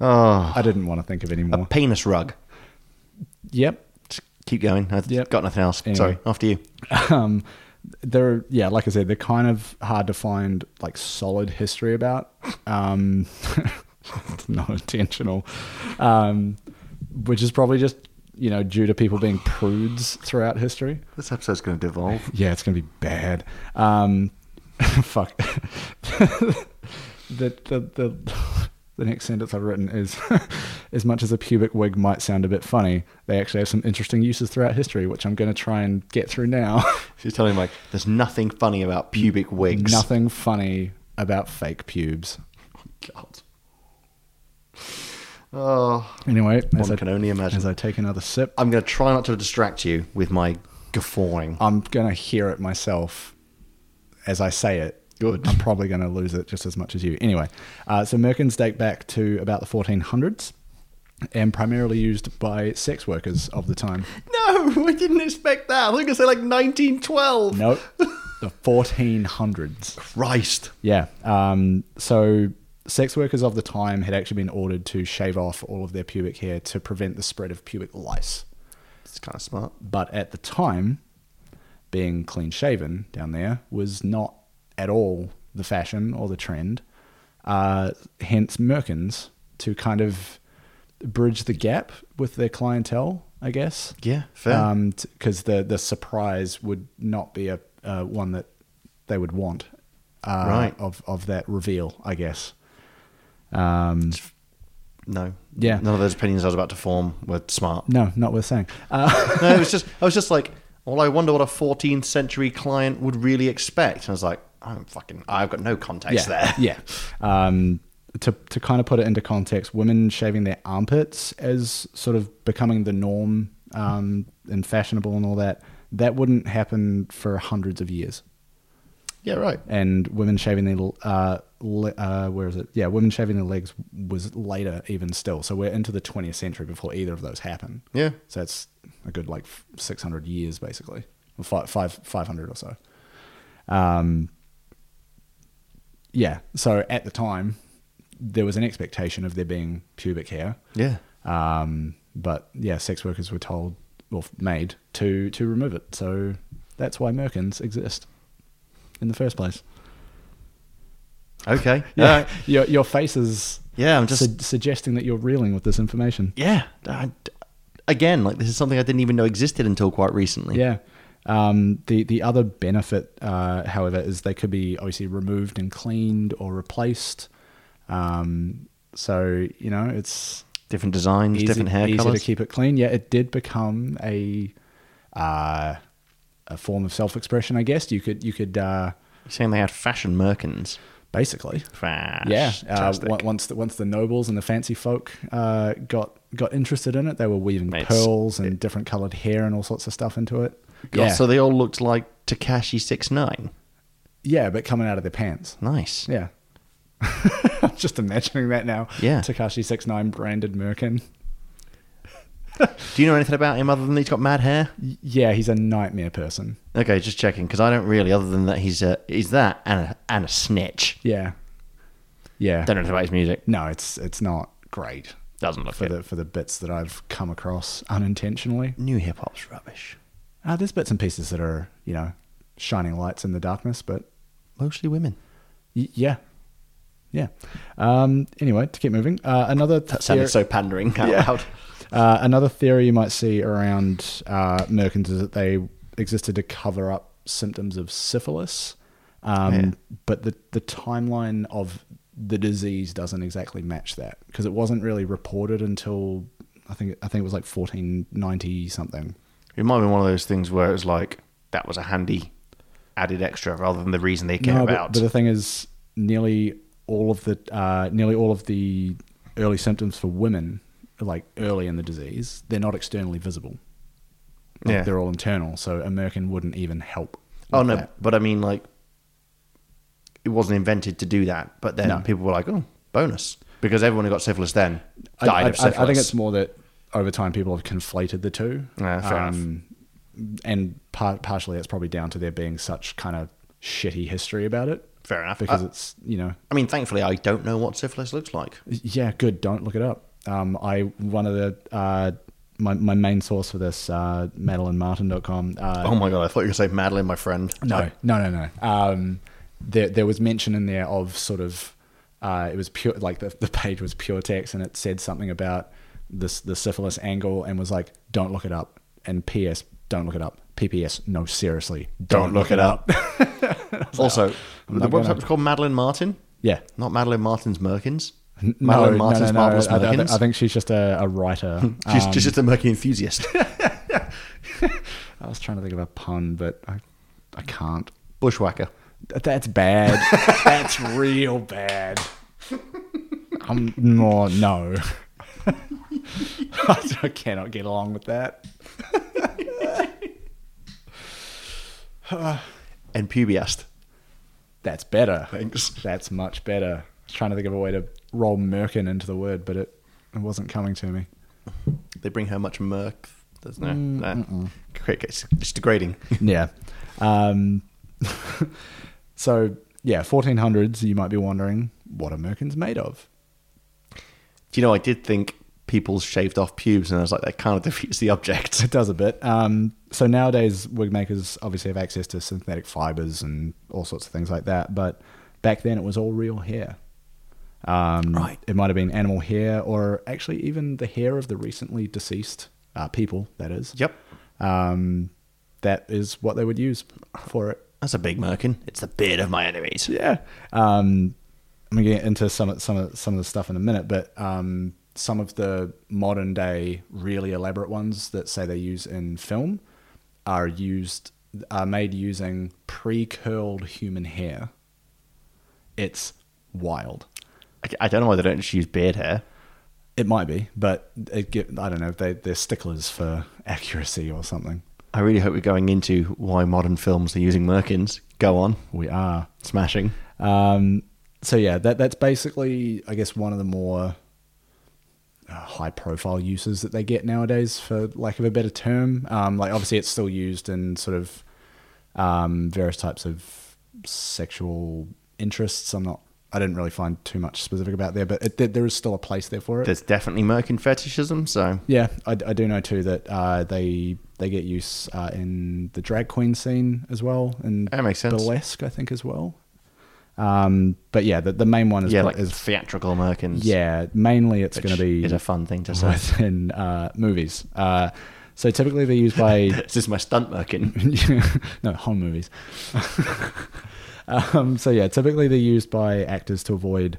[SPEAKER 2] Oh,
[SPEAKER 1] I didn't want to think of any
[SPEAKER 2] a
[SPEAKER 1] more.
[SPEAKER 2] penis rug.
[SPEAKER 1] Yep.
[SPEAKER 2] Just keep going. I've
[SPEAKER 1] Yep.
[SPEAKER 2] got nothing else.
[SPEAKER 1] Anyway.
[SPEAKER 2] Sorry, after you.
[SPEAKER 1] Um, they're, yeah, like I said, they're kind of hard to find like solid history about. Um, (laughs) it's not intentional. Um, which is probably just, you know, due to people being prudes throughout history.
[SPEAKER 2] This episode's going to devolve.
[SPEAKER 1] Yeah, it's gonna be bad. Um, (laughs) fuck. (laughs) the, the the the next sentence I've written is, (laughs) as much as a pubic wig might sound a bit funny, they actually have some interesting uses throughout history, which I'm gonna try and get through now.
[SPEAKER 2] (laughs)
[SPEAKER 1] (laughs)
[SPEAKER 2] She's telling him like, there's nothing funny about pubic wigs.
[SPEAKER 1] Nothing funny about fake pubes.
[SPEAKER 2] God. Oh,
[SPEAKER 1] Anyway, as
[SPEAKER 2] one
[SPEAKER 1] I,
[SPEAKER 2] can only imagine.
[SPEAKER 1] as I take another sip,
[SPEAKER 2] I'm going to try not to distract you with my guffawing.
[SPEAKER 1] I'm gonna hear it myself as I say it.
[SPEAKER 2] Good.
[SPEAKER 1] I'm probably gonna lose it just as much as you. Anyway, uh, so merkins date back to about the 1400s and primarily used by sex workers of the time.
[SPEAKER 2] (laughs) No, I didn't expect that. I was going to say like 1912.
[SPEAKER 1] Nope, the 1400s.
[SPEAKER 2] Christ.
[SPEAKER 1] Yeah. Um, so sex workers of the time had actually been ordered to shave off all of their pubic hair to prevent the spread of pubic lice.
[SPEAKER 2] It's kind of smart.
[SPEAKER 1] But at the time, being clean shaven down there was not at all the fashion or the trend. Uh, hence, Merkins to kind of bridge the gap with their clientele, I guess.
[SPEAKER 2] Yeah, fair.
[SPEAKER 1] Because the the surprise would not be a uh, one that they would want. Uh,
[SPEAKER 2] Right.
[SPEAKER 1] Of of that reveal, I guess. Um,
[SPEAKER 2] No.
[SPEAKER 1] Yeah.
[SPEAKER 2] None of those opinions I was about to form were smart. (laughs)
[SPEAKER 1] no, not worth saying. Uh,
[SPEAKER 2] no, it was just I was just like, well, I wonder what a 14th century client would really expect. And I was like, I'm fucking, I've got no context there. (laughs)
[SPEAKER 1] yeah, Yeah. Um, to, to kind of put it into context, women shaving their armpits as sort of becoming the norm um, and fashionable and all that, that wouldn't happen for hundreds of years.
[SPEAKER 2] Yeah, right.
[SPEAKER 1] And women shaving their, uh, le- uh, where is it? Yeah, women shaving their legs was later even still. So we're into the 20th century before either of those happen.
[SPEAKER 2] Yeah.
[SPEAKER 1] So that's a good like f- 600 years basically, or five, five, 500 or so. Um, yeah. So at the time, there was an expectation of there being pubic hair.
[SPEAKER 2] Yeah.
[SPEAKER 1] Um, but yeah, sex workers were told or made to to remove it. So that's why merkins exist in the first place.
[SPEAKER 2] Okay. Uh,
[SPEAKER 1] Yeah.
[SPEAKER 2] All right.
[SPEAKER 1] Your your face is
[SPEAKER 2] Yeah, I'm just.
[SPEAKER 1] su- suggesting that you're reeling with this information.
[SPEAKER 2] yeah. I- again, like this is something I didn't even know existed until quite recently.
[SPEAKER 1] Yeah. Um, the the other benefit, uh, however, is they could be obviously removed and cleaned or replaced. Um, so you know it's
[SPEAKER 2] Different designs, different hair
[SPEAKER 1] easy
[SPEAKER 2] colors.
[SPEAKER 1] to keep it clean. Yeah, it did become a uh, a form of self expression. I guess you could you could uh,
[SPEAKER 2] Saying they had fashion merkins.
[SPEAKER 1] basically
[SPEAKER 2] Fash.
[SPEAKER 1] yeah. Uh, on- once the, once the nobles and the fancy folk uh, got got interested in it, they were weaving
[SPEAKER 2] Mate, it's-
[SPEAKER 1] pearls and different coloured hair and all sorts of stuff into it.
[SPEAKER 2] God,
[SPEAKER 1] yeah,
[SPEAKER 2] So they all looked like Takashi Six Nine.
[SPEAKER 1] yeah, but coming out of their pants.
[SPEAKER 2] Nice.
[SPEAKER 1] Yeah. (laughs) I'm just imagining that now.
[SPEAKER 2] Yeah.
[SPEAKER 1] Takashi 69 branded Merkin.
[SPEAKER 2] Do you know anything about him other than he's got mad hair?
[SPEAKER 1] Y- Yeah, he's a nightmare person.
[SPEAKER 2] Okay, just checking because I don't really. Other than that, he's a he's that and a, and a snitch.
[SPEAKER 1] Yeah. Yeah.
[SPEAKER 2] Don't know anything about his music.
[SPEAKER 1] No, it's it's not great
[SPEAKER 2] Doesn't look
[SPEAKER 1] for
[SPEAKER 2] it.
[SPEAKER 1] the for the bits that I've come across unintentionally.
[SPEAKER 2] New hip hop's rubbish.
[SPEAKER 1] Uh, there's bits and pieces that are, you know, shining lights in the darkness, but
[SPEAKER 2] Mostly women.
[SPEAKER 1] y- yeah. Yeah. Um, anyway, to keep moving, uh, another
[SPEAKER 2] That sounded
[SPEAKER 1] theor-
[SPEAKER 2] so pandering out
[SPEAKER 1] Yeah.
[SPEAKER 2] loud.
[SPEAKER 1] Uh, another theory you might see around uh, Merkins is that they existed to cover up symptoms of syphilis, um,
[SPEAKER 2] Yeah.
[SPEAKER 1] but the the timeline of the disease doesn't exactly match that because it wasn't really reported until I think I think it was like 1490 something.
[SPEAKER 2] It might have been one of those things where it was like that was a handy added extra rather than the reason they came
[SPEAKER 1] No, but,
[SPEAKER 2] about.
[SPEAKER 1] but the thing is, nearly all of the uh, nearly all of the early symptoms for women, like early in the disease, they're not externally visible. Like,
[SPEAKER 2] Yeah.
[SPEAKER 1] they're all internal, so a merkin wouldn't even help.
[SPEAKER 2] oh
[SPEAKER 1] with
[SPEAKER 2] no,
[SPEAKER 1] that.
[SPEAKER 2] but I mean like it wasn't invented to do that. But then
[SPEAKER 1] No.
[SPEAKER 2] people were like, oh, bonus because everyone who got syphilis then
[SPEAKER 1] I,
[SPEAKER 2] died
[SPEAKER 1] I-
[SPEAKER 2] of
[SPEAKER 1] I- I
[SPEAKER 2] syphilis.
[SPEAKER 1] think it's more that over time people have conflated the two. Um,
[SPEAKER 2] Yeah, fair enough.
[SPEAKER 1] and par- partially it's probably down to there being such kind of shitty history about it
[SPEAKER 2] Fair enough.
[SPEAKER 1] because
[SPEAKER 2] Uh,
[SPEAKER 1] it's you know
[SPEAKER 2] I mean, thankfully, I don't know what syphilis looks like.
[SPEAKER 1] yeah, good. Don't look it up. Um, I one of the uh, my my main source for this uh, MadelineMartin.com. Uh,
[SPEAKER 2] Oh my god, I thought you were going to say Madeline, my friend.
[SPEAKER 1] no, no, no, no. Um, there there was mention in there of sort of uh, it was pure like the the page was pure text and it said something about this the syphilis angle and was like don't look it up and P.S. don't look it up. PPS, no, seriously,
[SPEAKER 2] Don't look it up.
[SPEAKER 1] (laughs)
[SPEAKER 2] also, the
[SPEAKER 1] not gonna.
[SPEAKER 2] website was called Madeline Martin,
[SPEAKER 1] Yeah.
[SPEAKER 2] not Madeline Martin's Merkins.
[SPEAKER 1] No,
[SPEAKER 2] Madeline
[SPEAKER 1] no,
[SPEAKER 2] Martin's
[SPEAKER 1] no, no.
[SPEAKER 2] Marvelous
[SPEAKER 1] I, I- I
[SPEAKER 2] Merkins.
[SPEAKER 1] think um, she's just a, a writer.
[SPEAKER 2] she's, she's just a Merkin enthusiast.
[SPEAKER 1] I was trying to think of a pun, but I, I can't.
[SPEAKER 2] Bushwhacker.
[SPEAKER 1] Th- That's bad. (laughs) That's real bad. I'm no, no. (laughs) I cannot get along with that.
[SPEAKER 2] And pubiast.
[SPEAKER 1] That's better.
[SPEAKER 2] Thanks.
[SPEAKER 1] That's much better. I was trying to think of a way to roll merkin into the word, but it, it wasn't coming to me.
[SPEAKER 2] They bring her much murk. There's no.
[SPEAKER 1] Mm,
[SPEAKER 2] no. Great, It's, it's degrading.
[SPEAKER 1] yeah. Um, (laughs) so yeah, 1400s. You might be wondering what are merkins made of.
[SPEAKER 2] Do you know, I did think people's shaved off pubes, and I was like, that kind of (laughs) defeats the object.
[SPEAKER 1] It does a bit. Um, so nowadays, wig makers obviously have access to synthetic fibers and all sorts of things like that. But back then, it was all real hair. (laughs) Um,
[SPEAKER 2] Right.
[SPEAKER 1] It might have been animal hair, or actually even the hair of the recently deceased uh, people. That is.
[SPEAKER 2] Yep.
[SPEAKER 1] Um, that is what they would use for it.
[SPEAKER 2] That's a big merkin. It's the beard of my enemies.
[SPEAKER 1] Yeah. Um, I'm gonna get into some of some of some of the stuff in a minute, but um, some of the modern day really elaborate ones that say they use in film are used are made using pre curled human hair. It's wild.
[SPEAKER 2] I, I don't know why they don't just use beard hair.
[SPEAKER 1] It might be, but it get, I don't know. They they're sticklers for (laughs) accuracy or something.
[SPEAKER 2] I really hope we're going into why modern films are using merkins. Go on,
[SPEAKER 1] We are.
[SPEAKER 2] smashing.
[SPEAKER 1] Um, so yeah, that that's basically, I guess, one of the more uh, high-profile uses that they get nowadays, for lack of a better term. Um, like obviously, it's still used in sort of um, various types of sexual interests. I'm not, I didn't really find too much specific about there, but it, there, there is still a place there for it.
[SPEAKER 2] There's definitely merkin fetishism, so
[SPEAKER 1] Yeah, I, I do know too that uh, they they get use uh, in the drag queen scene as well, and
[SPEAKER 2] That makes sense.
[SPEAKER 1] Burlesque, I think, as well. Um, but yeah, the, the main one is
[SPEAKER 2] yeah, like
[SPEAKER 1] is,
[SPEAKER 2] theatrical merkins.
[SPEAKER 1] yeah, mainly it's
[SPEAKER 2] which
[SPEAKER 1] going to be
[SPEAKER 2] is a fun thing to say.
[SPEAKER 1] (laughs) within uh, movies. Uh, so typically they're
[SPEAKER 2] (laughs)
[SPEAKER 1] used by
[SPEAKER 2] this is my stunt merkin.
[SPEAKER 1] (laughs) no home movies. (laughs) um, so yeah, typically they're used by actors to avoid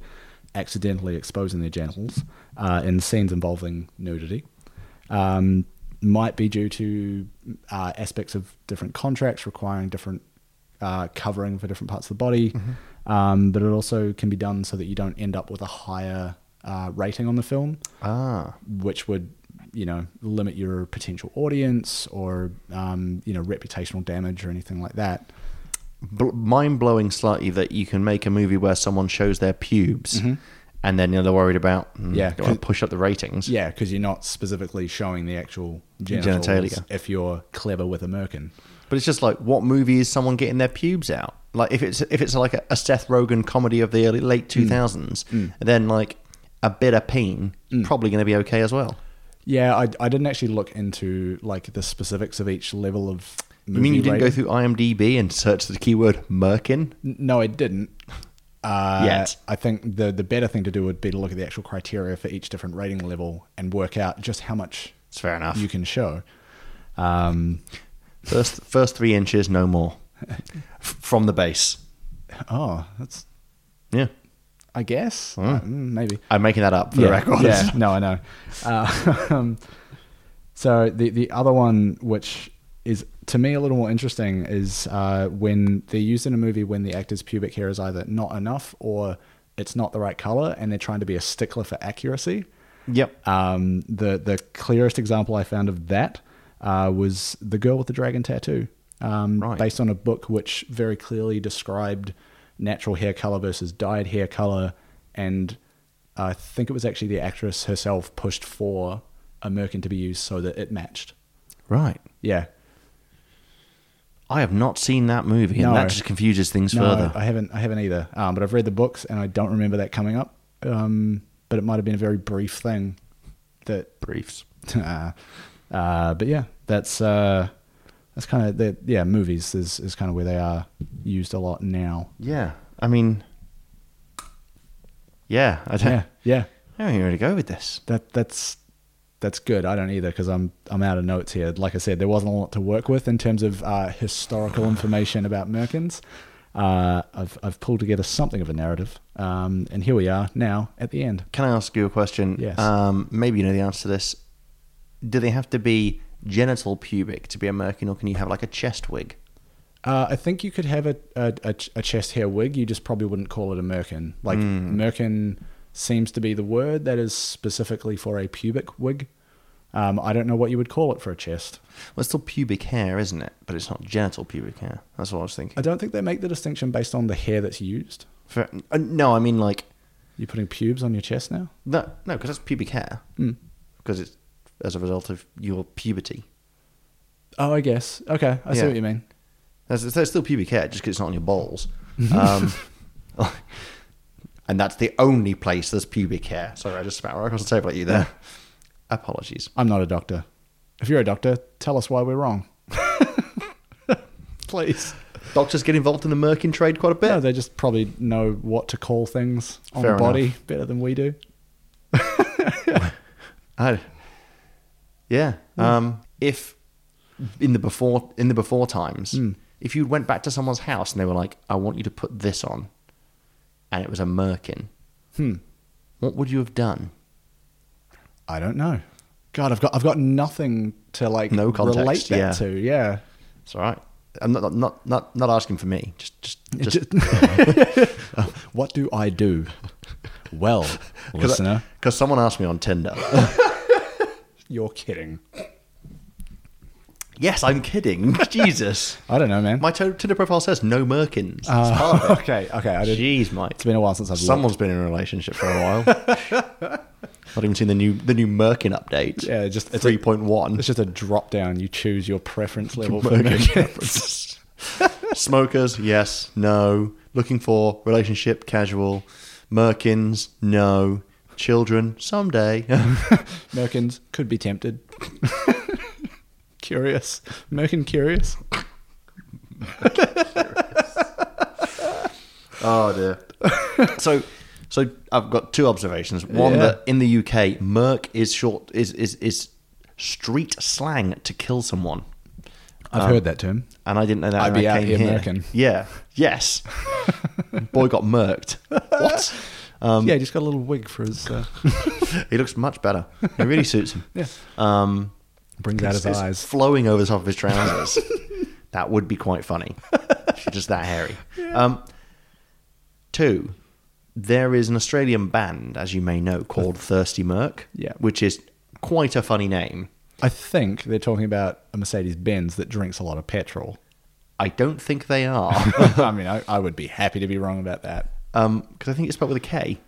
[SPEAKER 1] accidentally exposing their genitals uh, in scenes involving nudity. Um, might be due to uh, aspects of different contracts requiring different uh, covering for different parts of the body, um, but it also can be done so that you don't end up with a higher uh, rating on the film
[SPEAKER 2] Ah,
[SPEAKER 1] which would you know limit your potential audience or um, you know reputational damage or anything like that.
[SPEAKER 2] bl- mind blowing slightly that you can make a movie where someone shows their pubes, and then you know, they're worried about mm,
[SPEAKER 1] Mm-hmm. Yeah,
[SPEAKER 2] do I wanna
[SPEAKER 1] 'cause-
[SPEAKER 2] push up the ratings.
[SPEAKER 1] Yeah, because you're not specifically showing the actual genitals
[SPEAKER 2] Genitalia.
[SPEAKER 1] if you're clever with a merkin.
[SPEAKER 2] But it's just like, what movie is someone getting their pubes out? Like, if it's if it's like a, a Seth Rogen comedy of the early,
[SPEAKER 1] Mm.
[SPEAKER 2] late two thousands, then like a bit of pain
[SPEAKER 1] Mm.
[SPEAKER 2] probably going to be okay as well.
[SPEAKER 1] Yeah, I, I didn't actually look into like the specifics of each level of.
[SPEAKER 2] You mean you didn't go
[SPEAKER 1] rating.
[SPEAKER 2] through IMDb and search the keyword merkin?
[SPEAKER 1] N- No, it didn't. Uh,
[SPEAKER 2] Yet.
[SPEAKER 1] I think the the better thing to do would be to look at the actual criteria for each different rating level and work out just how much
[SPEAKER 2] It's fair enough.
[SPEAKER 1] you can show. Um,
[SPEAKER 2] First, first three inches, no
[SPEAKER 1] (laughs)
[SPEAKER 2] more F- from the base.
[SPEAKER 1] oh, that's
[SPEAKER 2] Yeah,
[SPEAKER 1] I guess. Uh, mm, maybe.
[SPEAKER 2] I'm making that up for the record.
[SPEAKER 1] Yeah, (laughs) no, I know. Uh, (laughs) um, so the the other one, which is to me a little more interesting, is uh, when they're used in a movie when the actor's pubic hair is either not enough or it's not the right color, and they're trying to be a stickler for accuracy.
[SPEAKER 2] (laughs) Yep.
[SPEAKER 1] Um, the the clearest example I found of that uh, was the girl with the dragon tattoo, um,
[SPEAKER 2] Right.
[SPEAKER 1] based on a book which very clearly described natural hair color versus dyed hair color, and I think it was actually the actress herself pushed for a merkin to be used so that it matched.
[SPEAKER 2] Right.
[SPEAKER 1] Yeah,
[SPEAKER 2] I have not seen that movie, and
[SPEAKER 1] No.
[SPEAKER 2] that just confuses things
[SPEAKER 1] No,
[SPEAKER 2] further.
[SPEAKER 1] I haven't. I haven't either. Um, but I've read the books, and I don't remember that coming up. Um, but it might have been a very brief thing. That,
[SPEAKER 2] Briefs.
[SPEAKER 1] (laughs) uh, uh, but yeah, that's uh, that's kind of the yeah movies is is kind of where they are used a lot now.
[SPEAKER 2] Yeah, I mean, yeah, I don't,
[SPEAKER 1] Yeah, yeah.
[SPEAKER 2] I don't even know where to go with this.
[SPEAKER 1] That that's that's good. I don't either because I'm I'm out of notes here. Like I said, there wasn't a lot to work with in terms of uh, historical information about Merkins. Uh, I've I've pulled together something of a narrative, um, and here we are now at the end.
[SPEAKER 2] Can I ask you a question?
[SPEAKER 1] Yes.
[SPEAKER 2] Um, maybe you know the answer to this. Do they have to be genital pubic to be American, or can you have like a chest wig?
[SPEAKER 1] Uh, I think you could have a, a, a ch- a chest hair wig. You just probably wouldn't call it a merkin. Like
[SPEAKER 2] Hmm.
[SPEAKER 1] merkin seems to be the word that is specifically for a pubic wig. Um, I don't know what you would call it for a chest.
[SPEAKER 2] Well, it's still pubic hair, isn't it? But it's not genital pubic hair. That's what I was
[SPEAKER 1] I
[SPEAKER 2] thinking.
[SPEAKER 1] don't think they make the distinction based on the hair that's used.
[SPEAKER 2] For, uh, no, I mean like
[SPEAKER 1] You're putting pubes on your chest now.
[SPEAKER 2] that. No, because that's pubic hair.
[SPEAKER 1] Hmm.
[SPEAKER 2] Because it's as a result of your puberty.
[SPEAKER 1] Oh, I guess. Okay, I see
[SPEAKER 2] Yeah.
[SPEAKER 1] what you mean.
[SPEAKER 2] That's, that's still pubic hair, just because it's not on your balls.
[SPEAKER 1] Mm-hmm.
[SPEAKER 2] Um,
[SPEAKER 1] (laughs)
[SPEAKER 2] (laughs) and that's the only place there's pubic hair. Sorry, I just spat right across the table at you there. Apologies.
[SPEAKER 1] I'm not a doctor. If you're a doctor, tell us why we're wrong. Please.
[SPEAKER 2] Doctors get involved in the merkin trade quite a bit.
[SPEAKER 1] No, they just probably know what to call things on
[SPEAKER 2] Fair
[SPEAKER 1] the body better than we do.
[SPEAKER 2] I, yeah. Um, if in the before in the before times,
[SPEAKER 1] Hmm.
[SPEAKER 2] if you went back to someone's house and they were like, "I want you to put this on," and it was a merkin,
[SPEAKER 1] Hmm.
[SPEAKER 2] what would you have done?
[SPEAKER 1] I don't know. God, I've got I've got nothing to like
[SPEAKER 2] No context,
[SPEAKER 1] relate that
[SPEAKER 2] yeah.
[SPEAKER 1] to. Yeah.
[SPEAKER 2] It's all right. I'm not not not not asking for me. Just just
[SPEAKER 1] (laughs)
[SPEAKER 2] just
[SPEAKER 1] what do I do?
[SPEAKER 2] (laughs)
[SPEAKER 1] Well, listener,
[SPEAKER 2] because someone asked me on Tinder. (laughs)
[SPEAKER 1] you're kidding.
[SPEAKER 2] yes, I'm kidding. (laughs) Jesus,
[SPEAKER 1] I don't know, man.
[SPEAKER 2] my to- Tinder profile says no merkins. (laughs) It's
[SPEAKER 1] Uh,
[SPEAKER 2] perfect.
[SPEAKER 1] (laughs) okay, okay. I did,
[SPEAKER 2] Jeez, Mike.
[SPEAKER 1] it's been a while since I've looked.
[SPEAKER 2] Someone's been in a relationship for a while. Not
[SPEAKER 1] (laughs)
[SPEAKER 2] even seen the new the new Merkin update.
[SPEAKER 1] Yeah, just it's a-
[SPEAKER 2] three point one.
[SPEAKER 1] It's just a drop down. You choose your preference level for
[SPEAKER 2] Merkin. (laughs)
[SPEAKER 1] merkin. (laughs)
[SPEAKER 2] Smokers, yes, no. Looking for relationship, casual. Merkins, no. Children, someday. (laughs)
[SPEAKER 1] Merkins could be tempted. (laughs) curious. Merkin curious.
[SPEAKER 2] oh dear. (laughs) so, so I've got two observations. One
[SPEAKER 1] Yeah.
[SPEAKER 2] that in the UK, Merc is short is is is street slang to kill someone.
[SPEAKER 1] I've
[SPEAKER 2] Um,
[SPEAKER 1] heard that term.
[SPEAKER 2] and I didn't know that.
[SPEAKER 1] I'd
[SPEAKER 2] and
[SPEAKER 1] be
[SPEAKER 2] I
[SPEAKER 1] out
[SPEAKER 2] came
[SPEAKER 1] here
[SPEAKER 2] here.
[SPEAKER 1] merkin.
[SPEAKER 2] Yeah.
[SPEAKER 1] (laughs)
[SPEAKER 2] Yes. Boy got merked. What? Um,
[SPEAKER 1] yeah, he just got a little wig for his. Uh,
[SPEAKER 2] He looks much better. It really suits him.
[SPEAKER 1] Yeah.
[SPEAKER 2] Um,
[SPEAKER 1] brings out
[SPEAKER 2] it's-
[SPEAKER 1] his
[SPEAKER 2] it's
[SPEAKER 1] eyes.
[SPEAKER 2] (laughs) flowing over the top of his
[SPEAKER 1] (laughs)
[SPEAKER 2] trousers. that would be quite funny. If you're just that hairy. Um, two. There is an Australian band, as you may know,
[SPEAKER 1] (laughs)
[SPEAKER 2] called Thirsty Merc.
[SPEAKER 1] Yeah.
[SPEAKER 2] Which is quite a funny name.
[SPEAKER 1] I think they're talking about a Mercedes Benz that drinks a lot of (laughs) petrol.
[SPEAKER 2] I don't think they
[SPEAKER 1] (laughs)
[SPEAKER 2] are,
[SPEAKER 1] I mean, I, I would be happy to be wrong about that.
[SPEAKER 2] because um, I think it's spelled with a K.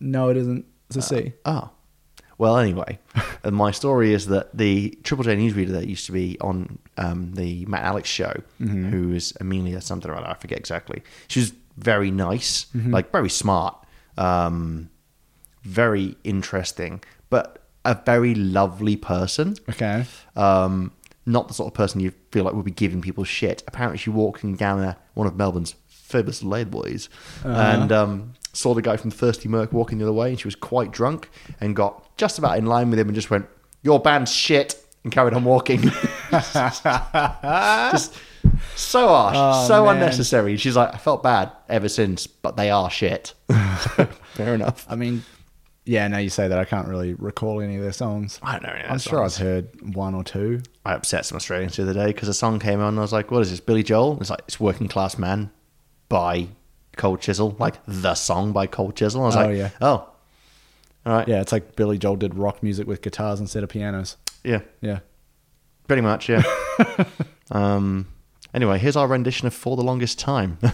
[SPEAKER 1] No, it isn't. It's a C.
[SPEAKER 2] Oh. Well, anyway, (laughs) and my story is that the Triple J newsreader that used to be on um, the Matt Alex show, who is Amelia something or other, I forget exactly. She was very nice, like very smart, um, very interesting, but a very lovely person.
[SPEAKER 1] Okay.
[SPEAKER 2] Um, not the sort of person you feel like would be giving people shit. Apparently, she walking down a, one of Melbourne's famous ladyboys
[SPEAKER 1] Uh-huh.
[SPEAKER 2] and um, saw the guy from Thirsty Merc walking the other way, and she was quite drunk and got just about in line with him and just went, "Your band's shit," and carried on walking. (laughs) just so harsh,
[SPEAKER 1] Oh,
[SPEAKER 2] so
[SPEAKER 1] man.
[SPEAKER 2] unnecessary. She's like, "I felt bad ever since, but they are shit." Fair enough.
[SPEAKER 1] I mean, yeah, now you say that, I can't really recall any of their songs.
[SPEAKER 2] I don't know. any of
[SPEAKER 1] I'm
[SPEAKER 2] their
[SPEAKER 1] sure I've
[SPEAKER 2] songs.
[SPEAKER 1] heard one or two.
[SPEAKER 2] I upset some Australians the other day because a song came on and I was like, what is this, Billy Joel? It's like, it's Working Class Man by Cold Chisel, like the song by Cold Chisel. I was
[SPEAKER 1] Oh,
[SPEAKER 2] like,
[SPEAKER 1] yeah.
[SPEAKER 2] oh, all right. Yeah.
[SPEAKER 1] Yeah, it's like Billy Joel did rock music with guitars instead of pianos. Yeah.
[SPEAKER 2] pretty much,
[SPEAKER 1] (laughs)
[SPEAKER 2] yeah. um, anyway, here's our rendition of For the Longest Time. (laughs)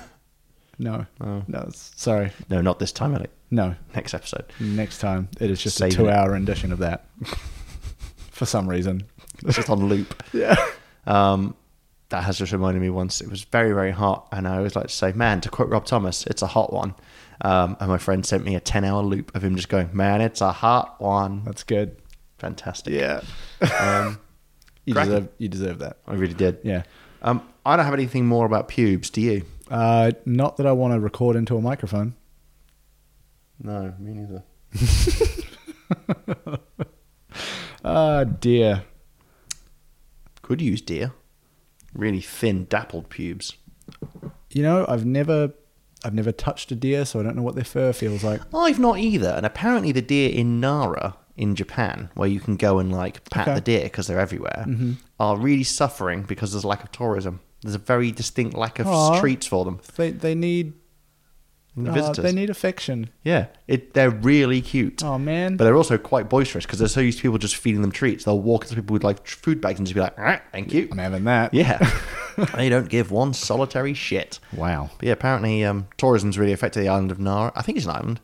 [SPEAKER 1] No. No, it's- sorry.
[SPEAKER 2] no, not this time, Elliot.
[SPEAKER 1] No.
[SPEAKER 2] Next episode.
[SPEAKER 1] Next time, it is just
[SPEAKER 2] Save
[SPEAKER 1] a
[SPEAKER 2] it.
[SPEAKER 1] two hour rendition of that (laughs) for some reason.
[SPEAKER 2] It's just on loop.
[SPEAKER 1] Yeah.
[SPEAKER 2] Um, that has just reminded me once. It was very, very hot. And I always like to say, man, to quote Rob Thomas, it's a hot one. Um, and my friend sent me a 10 hour loop of him just going, man, it's a hot one.
[SPEAKER 1] That's good.
[SPEAKER 2] Fantastic.
[SPEAKER 1] Yeah.
[SPEAKER 2] Um,
[SPEAKER 1] You
[SPEAKER 2] Cracking.
[SPEAKER 1] deserve, you deserve that.
[SPEAKER 2] (laughs) I really did.
[SPEAKER 1] Yeah.
[SPEAKER 2] Um, I don't have anything more about pubes. Do you?
[SPEAKER 1] Uh, not that I want to record into a microphone.
[SPEAKER 2] No, me neither.
[SPEAKER 1] Ah, dear.
[SPEAKER 2] Could use deer. Really thin, dappled pubes.
[SPEAKER 1] You know, I've never, I've never touched a deer, so I don't know what their fur feels like.
[SPEAKER 2] I've not either. And apparently, the deer in Nara in Japan, where you can go and like pat
[SPEAKER 1] Okay.
[SPEAKER 2] the deer because they're everywhere, are really suffering because there's a lack of tourism. There's a very distinct lack of
[SPEAKER 1] Aw.
[SPEAKER 2] streets for them.
[SPEAKER 1] They, they need,
[SPEAKER 2] and the
[SPEAKER 1] uh,
[SPEAKER 2] visitors.
[SPEAKER 1] they need affection.
[SPEAKER 2] yeah, it, they're really cute.
[SPEAKER 1] Oh man.
[SPEAKER 2] But they're also quite boisterous because they're so used to people just feeding them treats. They'll walk into people with like tr- food bags and just be like, "Ah, "Thank you."
[SPEAKER 1] (laughs) I'm having that.
[SPEAKER 2] Yeah, (laughs) they don't give one solitary shit.
[SPEAKER 1] Wow.
[SPEAKER 2] But yeah, apparently um, tourism's really affected the island of Nara. I think it's an island.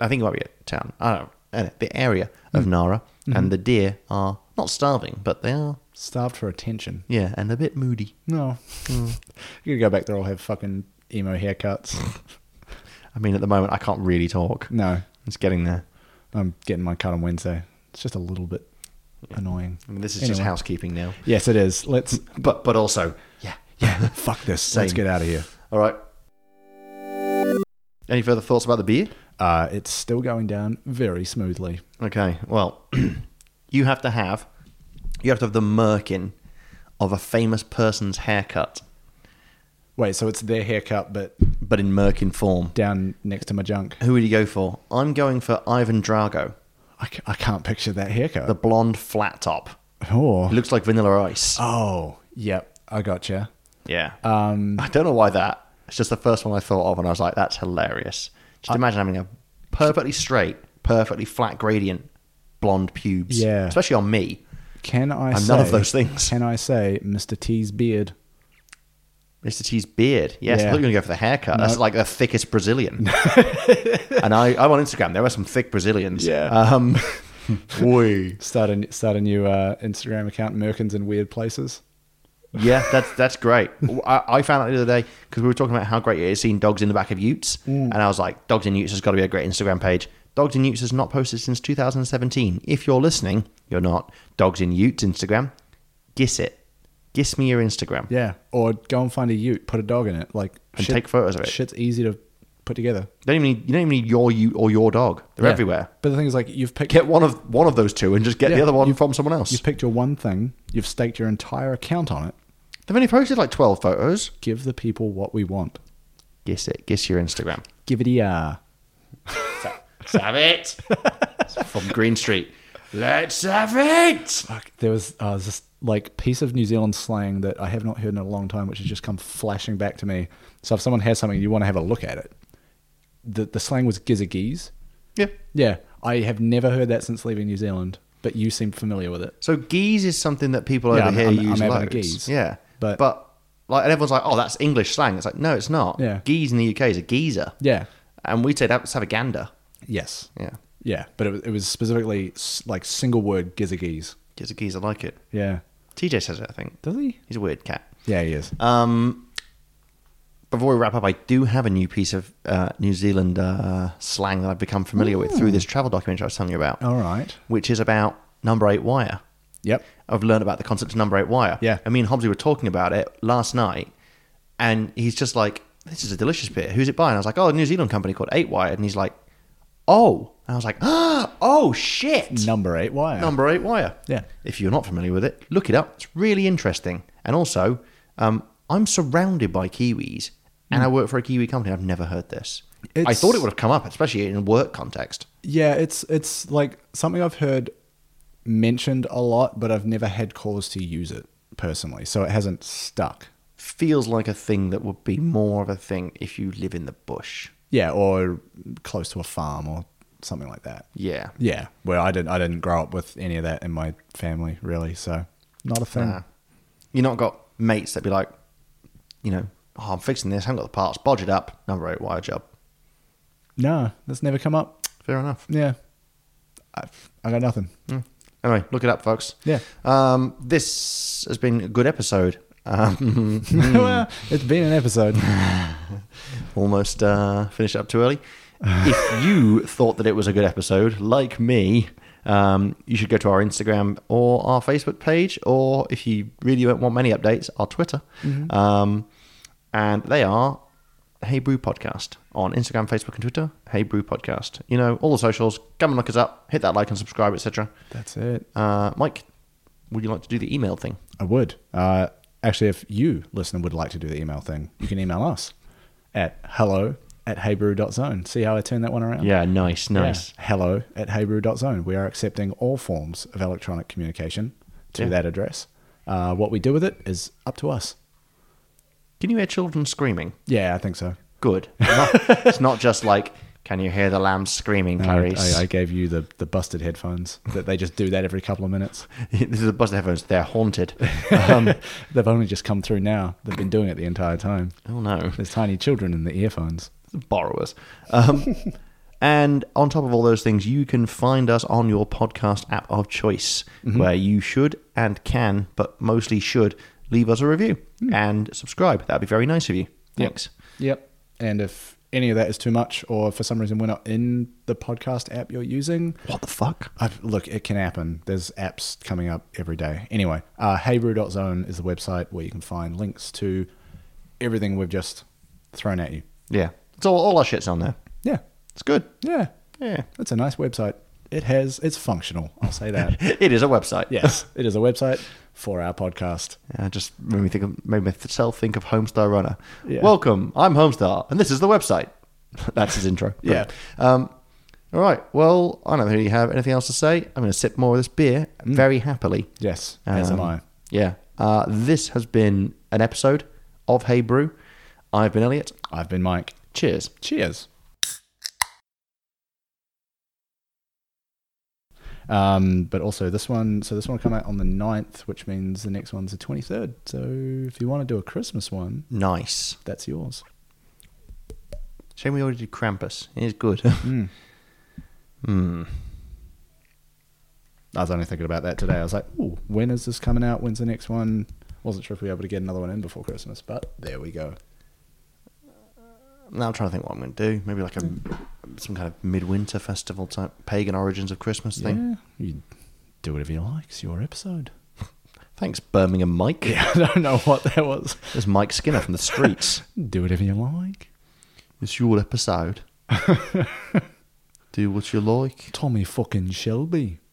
[SPEAKER 2] I think it might be a town. I don't know. Anyway, The area of Nara. And the deer are not starving, but they are,
[SPEAKER 1] Starved for attention.
[SPEAKER 2] yeah, and a bit moody.
[SPEAKER 1] No.
[SPEAKER 2] Hmm.
[SPEAKER 1] (laughs) You gotta go back there. I'll have fucking emo
[SPEAKER 2] (laughs)
[SPEAKER 1] haircuts.
[SPEAKER 2] I mean, at the moment, I can't really talk.
[SPEAKER 1] no,
[SPEAKER 2] It's getting there.
[SPEAKER 1] I'm getting my cut on Wednesday. It's just a little bit annoying.
[SPEAKER 2] I mean, this is just
[SPEAKER 1] Anyway.
[SPEAKER 2] housekeeping now.
[SPEAKER 1] Yes, it is. Let's.
[SPEAKER 2] But but also, (laughs) yeah.
[SPEAKER 1] Yeah. (laughs) Fuck this. Let's
[SPEAKER 2] Same.
[SPEAKER 1] get out of here.
[SPEAKER 2] All right. Any further thoughts about the beer?
[SPEAKER 1] Uh, it's still going down very smoothly.
[SPEAKER 2] Okay. Well, (clears throat) you have to have you have to have the merkin of a famous person's haircut,
[SPEAKER 1] Wait, so it's their haircut, but
[SPEAKER 2] but in merkin form.
[SPEAKER 1] down next to my junk.
[SPEAKER 2] Who would you go for? I'm going for Ivan Drago,
[SPEAKER 1] I, ca- I can't picture that haircut.
[SPEAKER 2] the blonde flat top. It
[SPEAKER 1] oh.
[SPEAKER 2] looks like vanilla ice.
[SPEAKER 1] Oh. Yep. I gotcha.
[SPEAKER 2] Yeah.
[SPEAKER 1] Um.
[SPEAKER 2] I don't know why that. It's just the first one I thought of, and I was like, that's hilarious. Just imagine having a perfectly straight, perfectly flat gradient blonde pubes.
[SPEAKER 1] Yeah.
[SPEAKER 2] Especially on me.
[SPEAKER 1] Can I?
[SPEAKER 2] I'm
[SPEAKER 1] say,
[SPEAKER 2] none of those things.
[SPEAKER 1] Can I say Mr. T's beard?
[SPEAKER 2] Mr. T's beard. Yes, I thought
[SPEAKER 1] Yeah.
[SPEAKER 2] you were going to go for the haircut. That's like the thickest
[SPEAKER 1] (laughs)
[SPEAKER 2] Brazilian. and I, I'm on Instagram. There are some thick Brazilians.
[SPEAKER 1] Yeah.
[SPEAKER 2] Um,
[SPEAKER 1] (laughs)
[SPEAKER 2] Woo.
[SPEAKER 1] Start a start a new uh, Instagram account, Merkins in Weird Places.
[SPEAKER 2] Yeah, that's that's great. I, I found out the other day because we were talking about how great it is seeing dogs in the back of utes,
[SPEAKER 1] Mm.
[SPEAKER 2] and I was like, "Dogs in utes has got to be a great Instagram page." Dogs in utes has not posted since 2017. If you're listening, you're not. Dogs in utes Instagram, giss it, giss me your Instagram.
[SPEAKER 1] Yeah. Or go and find a Ute, put a dog in it, like
[SPEAKER 2] And take photos of it.
[SPEAKER 1] Shit's easy to put together.
[SPEAKER 2] You don't even need, you don't even need your ute or your dog. They're
[SPEAKER 1] Yeah.
[SPEAKER 2] everywhere.
[SPEAKER 1] But the thing is, like, you've picked
[SPEAKER 2] Get one of one of those two and just get
[SPEAKER 1] Yeah,
[SPEAKER 2] the other one
[SPEAKER 1] you've-
[SPEAKER 2] from someone else.
[SPEAKER 1] you've picked your one thing, you've staked your entire account on it.
[SPEAKER 2] They've only posted like 12 photos.
[SPEAKER 1] Give the people what we want.
[SPEAKER 2] Guess it. Guess your Instagram.
[SPEAKER 1] Give it a ah.
[SPEAKER 2] Let's have it. From Green Street. Let's have it.
[SPEAKER 1] Fuck, there was uh, this like piece of New Zealand slang that I have not heard in a long time, which has just come flashing back to me. So if someone has something and you want to have a look at it, the the slang was gizzagees.
[SPEAKER 2] Yeah.
[SPEAKER 1] Yeah, I have never heard that since leaving New Zealand, but you seem familiar with it.
[SPEAKER 2] So geese is something that people over
[SPEAKER 1] Yeah, I'm-
[SPEAKER 2] here
[SPEAKER 1] I'm- I'm
[SPEAKER 2] use
[SPEAKER 1] having a
[SPEAKER 2] loads.
[SPEAKER 1] geese.
[SPEAKER 2] Yeah.
[SPEAKER 1] But-
[SPEAKER 2] but like and everyone's like, oh, that's English slang. It's like, no, it's not.
[SPEAKER 1] Yeah.
[SPEAKER 2] Geese in the UK is a geezer.
[SPEAKER 1] Yeah.
[SPEAKER 2] And we'd say that, let's have a gander.
[SPEAKER 1] Yes.
[SPEAKER 2] Yeah.
[SPEAKER 1] Yeah, but it, was- it was specifically s- like single word gizzagees.
[SPEAKER 2] Geezer geezer, I like it.
[SPEAKER 1] Yeah.
[SPEAKER 2] TJ says it, I think.
[SPEAKER 1] Does he?
[SPEAKER 2] He's a weird cat.
[SPEAKER 1] Yeah, he is.
[SPEAKER 2] Um, before we wrap up, I do have a new piece of uh, New Zealand uh, slang that I've become familiar with through this travel documentary I was telling you about,
[SPEAKER 1] All right.
[SPEAKER 2] which is about number eight wire.
[SPEAKER 1] Yep.
[SPEAKER 2] I've learned about the concept of number eight wire.
[SPEAKER 1] Yeah.
[SPEAKER 2] And me and Hobbsy were talking about it last night, and he's just like, This is a delicious beer. Who's it by? And I was like, Oh, a New Zealand company called Eight Wire. And he's like, Oh. And I was like, (gasps) Oh, shit.
[SPEAKER 1] Number eight wire.
[SPEAKER 2] Number eight wire.
[SPEAKER 1] Yeah.
[SPEAKER 2] If you're not familiar with it, look it up. It's really interesting. And also, um, I'm surrounded by Kiwis, and I work for a Kiwi company. I've never heard this. I
[SPEAKER 1] Hmm. It's-
[SPEAKER 2] thought it would have come up, especially in a work context.
[SPEAKER 1] Yeah, it's it's like something I've heard mentioned a lot, but I've never had cause to use it personally, so it hasn't stuck.
[SPEAKER 2] Feels like a thing that would be more of a thing if you live in the bush.
[SPEAKER 1] Yeah, or close to a farm or something like that.
[SPEAKER 2] Yeah.
[SPEAKER 1] Yeah, where I didn't I didn't grow up with any of that in my family really, so not a thing.
[SPEAKER 2] Uh, you not got mates that be like, you know, oh, I'm fixing this. I haven't got the parts. Bodge it up. Number eight wire job.
[SPEAKER 1] No, that's never come up.
[SPEAKER 2] Fair enough.
[SPEAKER 1] Yeah, I, I got
[SPEAKER 2] Hmm.
[SPEAKER 1] nothing.
[SPEAKER 2] Anyway, look it up, folks.
[SPEAKER 1] Yeah.
[SPEAKER 2] Um, this has been a good episode. Um, (laughs)
[SPEAKER 1] (laughs) well, it's been an episode.
[SPEAKER 2] almost uh, finished up too early. if you thought that it was a good episode, like me, um, you should go to our Instagram or our Facebook page, or if you really don't want many updates, our Twitter. Um, and they are Hey Brew Podcast on Instagram, Facebook, and Twitter. Hey Brew Podcast. You know all the socials. Come and look us up. Hit that like and subscribe, etc.
[SPEAKER 1] That's it.
[SPEAKER 2] Uh, Mike, would you like to do the email thing?
[SPEAKER 1] I would. Uh, actually, if you, listener, would like to do the email thing, you can email us at hello at heybrew.zone. See how I turn that one around?
[SPEAKER 2] Yeah, nice,
[SPEAKER 1] Yeah.
[SPEAKER 2] nice.
[SPEAKER 1] Hello at heybrew.zone. We are accepting all forms of electronic communication to
[SPEAKER 2] Yeah.
[SPEAKER 1] that address. Uh, what we do with it is up to us.
[SPEAKER 2] Can you hear children screaming?
[SPEAKER 1] Yeah, I think so.
[SPEAKER 2] good. It's not, it's not just like, can you hear the lambs screaming,
[SPEAKER 1] I,
[SPEAKER 2] Clarice?
[SPEAKER 1] I- I gave you the, the busted headphones that they just do that every couple of minutes.
[SPEAKER 2] (laughs) this is a buzz of headphones. They're haunted. (laughs) Um,
[SPEAKER 1] (laughs) They've only just come through now. They've been doing it the entire time.
[SPEAKER 2] oh no,
[SPEAKER 1] There's tiny children in the earphones.
[SPEAKER 2] borrowers. Um, and on top of all those things, you can find us on your podcast app of choice, where you should and can, but mostly should, leave us a review and subscribe. That'd be very nice of you. Thanks.
[SPEAKER 1] Yep. And if any of that is too much, or for some reason we're not in the podcast app you're using,
[SPEAKER 2] What the fuck?
[SPEAKER 1] I've, look, it can happen. There's apps coming up every day. Anyway, uh, heybrew.zone is the website where you can find links to everything we've just thrown at you.
[SPEAKER 2] Yeah, it's all all our shits on there.
[SPEAKER 1] Yeah.
[SPEAKER 2] It's good.
[SPEAKER 1] Yeah.
[SPEAKER 2] Yeah,
[SPEAKER 1] That's a nice website. It has, it's functional. I'll say that.
[SPEAKER 2] (laughs) it is a website.
[SPEAKER 1] yes. It is a website for our podcast.
[SPEAKER 2] Yeah, it just made me think of, made myself think of Homestar Runner.
[SPEAKER 1] Yeah.
[SPEAKER 2] Welcome, I'm Homestar, and this is the website. (laughs) That's his intro.
[SPEAKER 1] Yeah.
[SPEAKER 2] Um, all right. Well, I don't really have anything else to say. I'm going to sip more of this beer
[SPEAKER 1] Mm.
[SPEAKER 2] very happily.
[SPEAKER 1] Yes. As am
[SPEAKER 2] Um,
[SPEAKER 1] I.
[SPEAKER 2] Yeah. Uh, this has been an episode of Hey Brew. I've been Elliot.
[SPEAKER 1] I've been Mike.
[SPEAKER 2] Cheers.
[SPEAKER 1] Cheers. Um, but also this one, so this one will come out on the 9th, which means the next one's the 23rd. So if you want to do a Christmas one,
[SPEAKER 2] Nice.
[SPEAKER 1] that's yours.
[SPEAKER 2] Shame we already did Krampus. It is good. (laughs)
[SPEAKER 1] Mm.
[SPEAKER 2] Hmm.
[SPEAKER 1] I was only thinking about that today. I was like, Ooh, when is this coming out? When's the next one? Wasn't sure if we were able to get another one in before Christmas, but there we go.
[SPEAKER 2] Now I'm trying to think what I'm going to do. Maybe like a some kind of midwinter festival type pagan origins of Christmas thing.
[SPEAKER 1] Yeah, you do whatever you like. It's your episode.
[SPEAKER 2] Thanks, Birmingham Mike.
[SPEAKER 1] (laughs) I don't know what that was.
[SPEAKER 2] There's Mike Skinner from the streets.
[SPEAKER 1] Do whatever you like.
[SPEAKER 2] (laughs) it's your (laughs) episode. Do what you like.
[SPEAKER 1] Tommy fucking Shelby.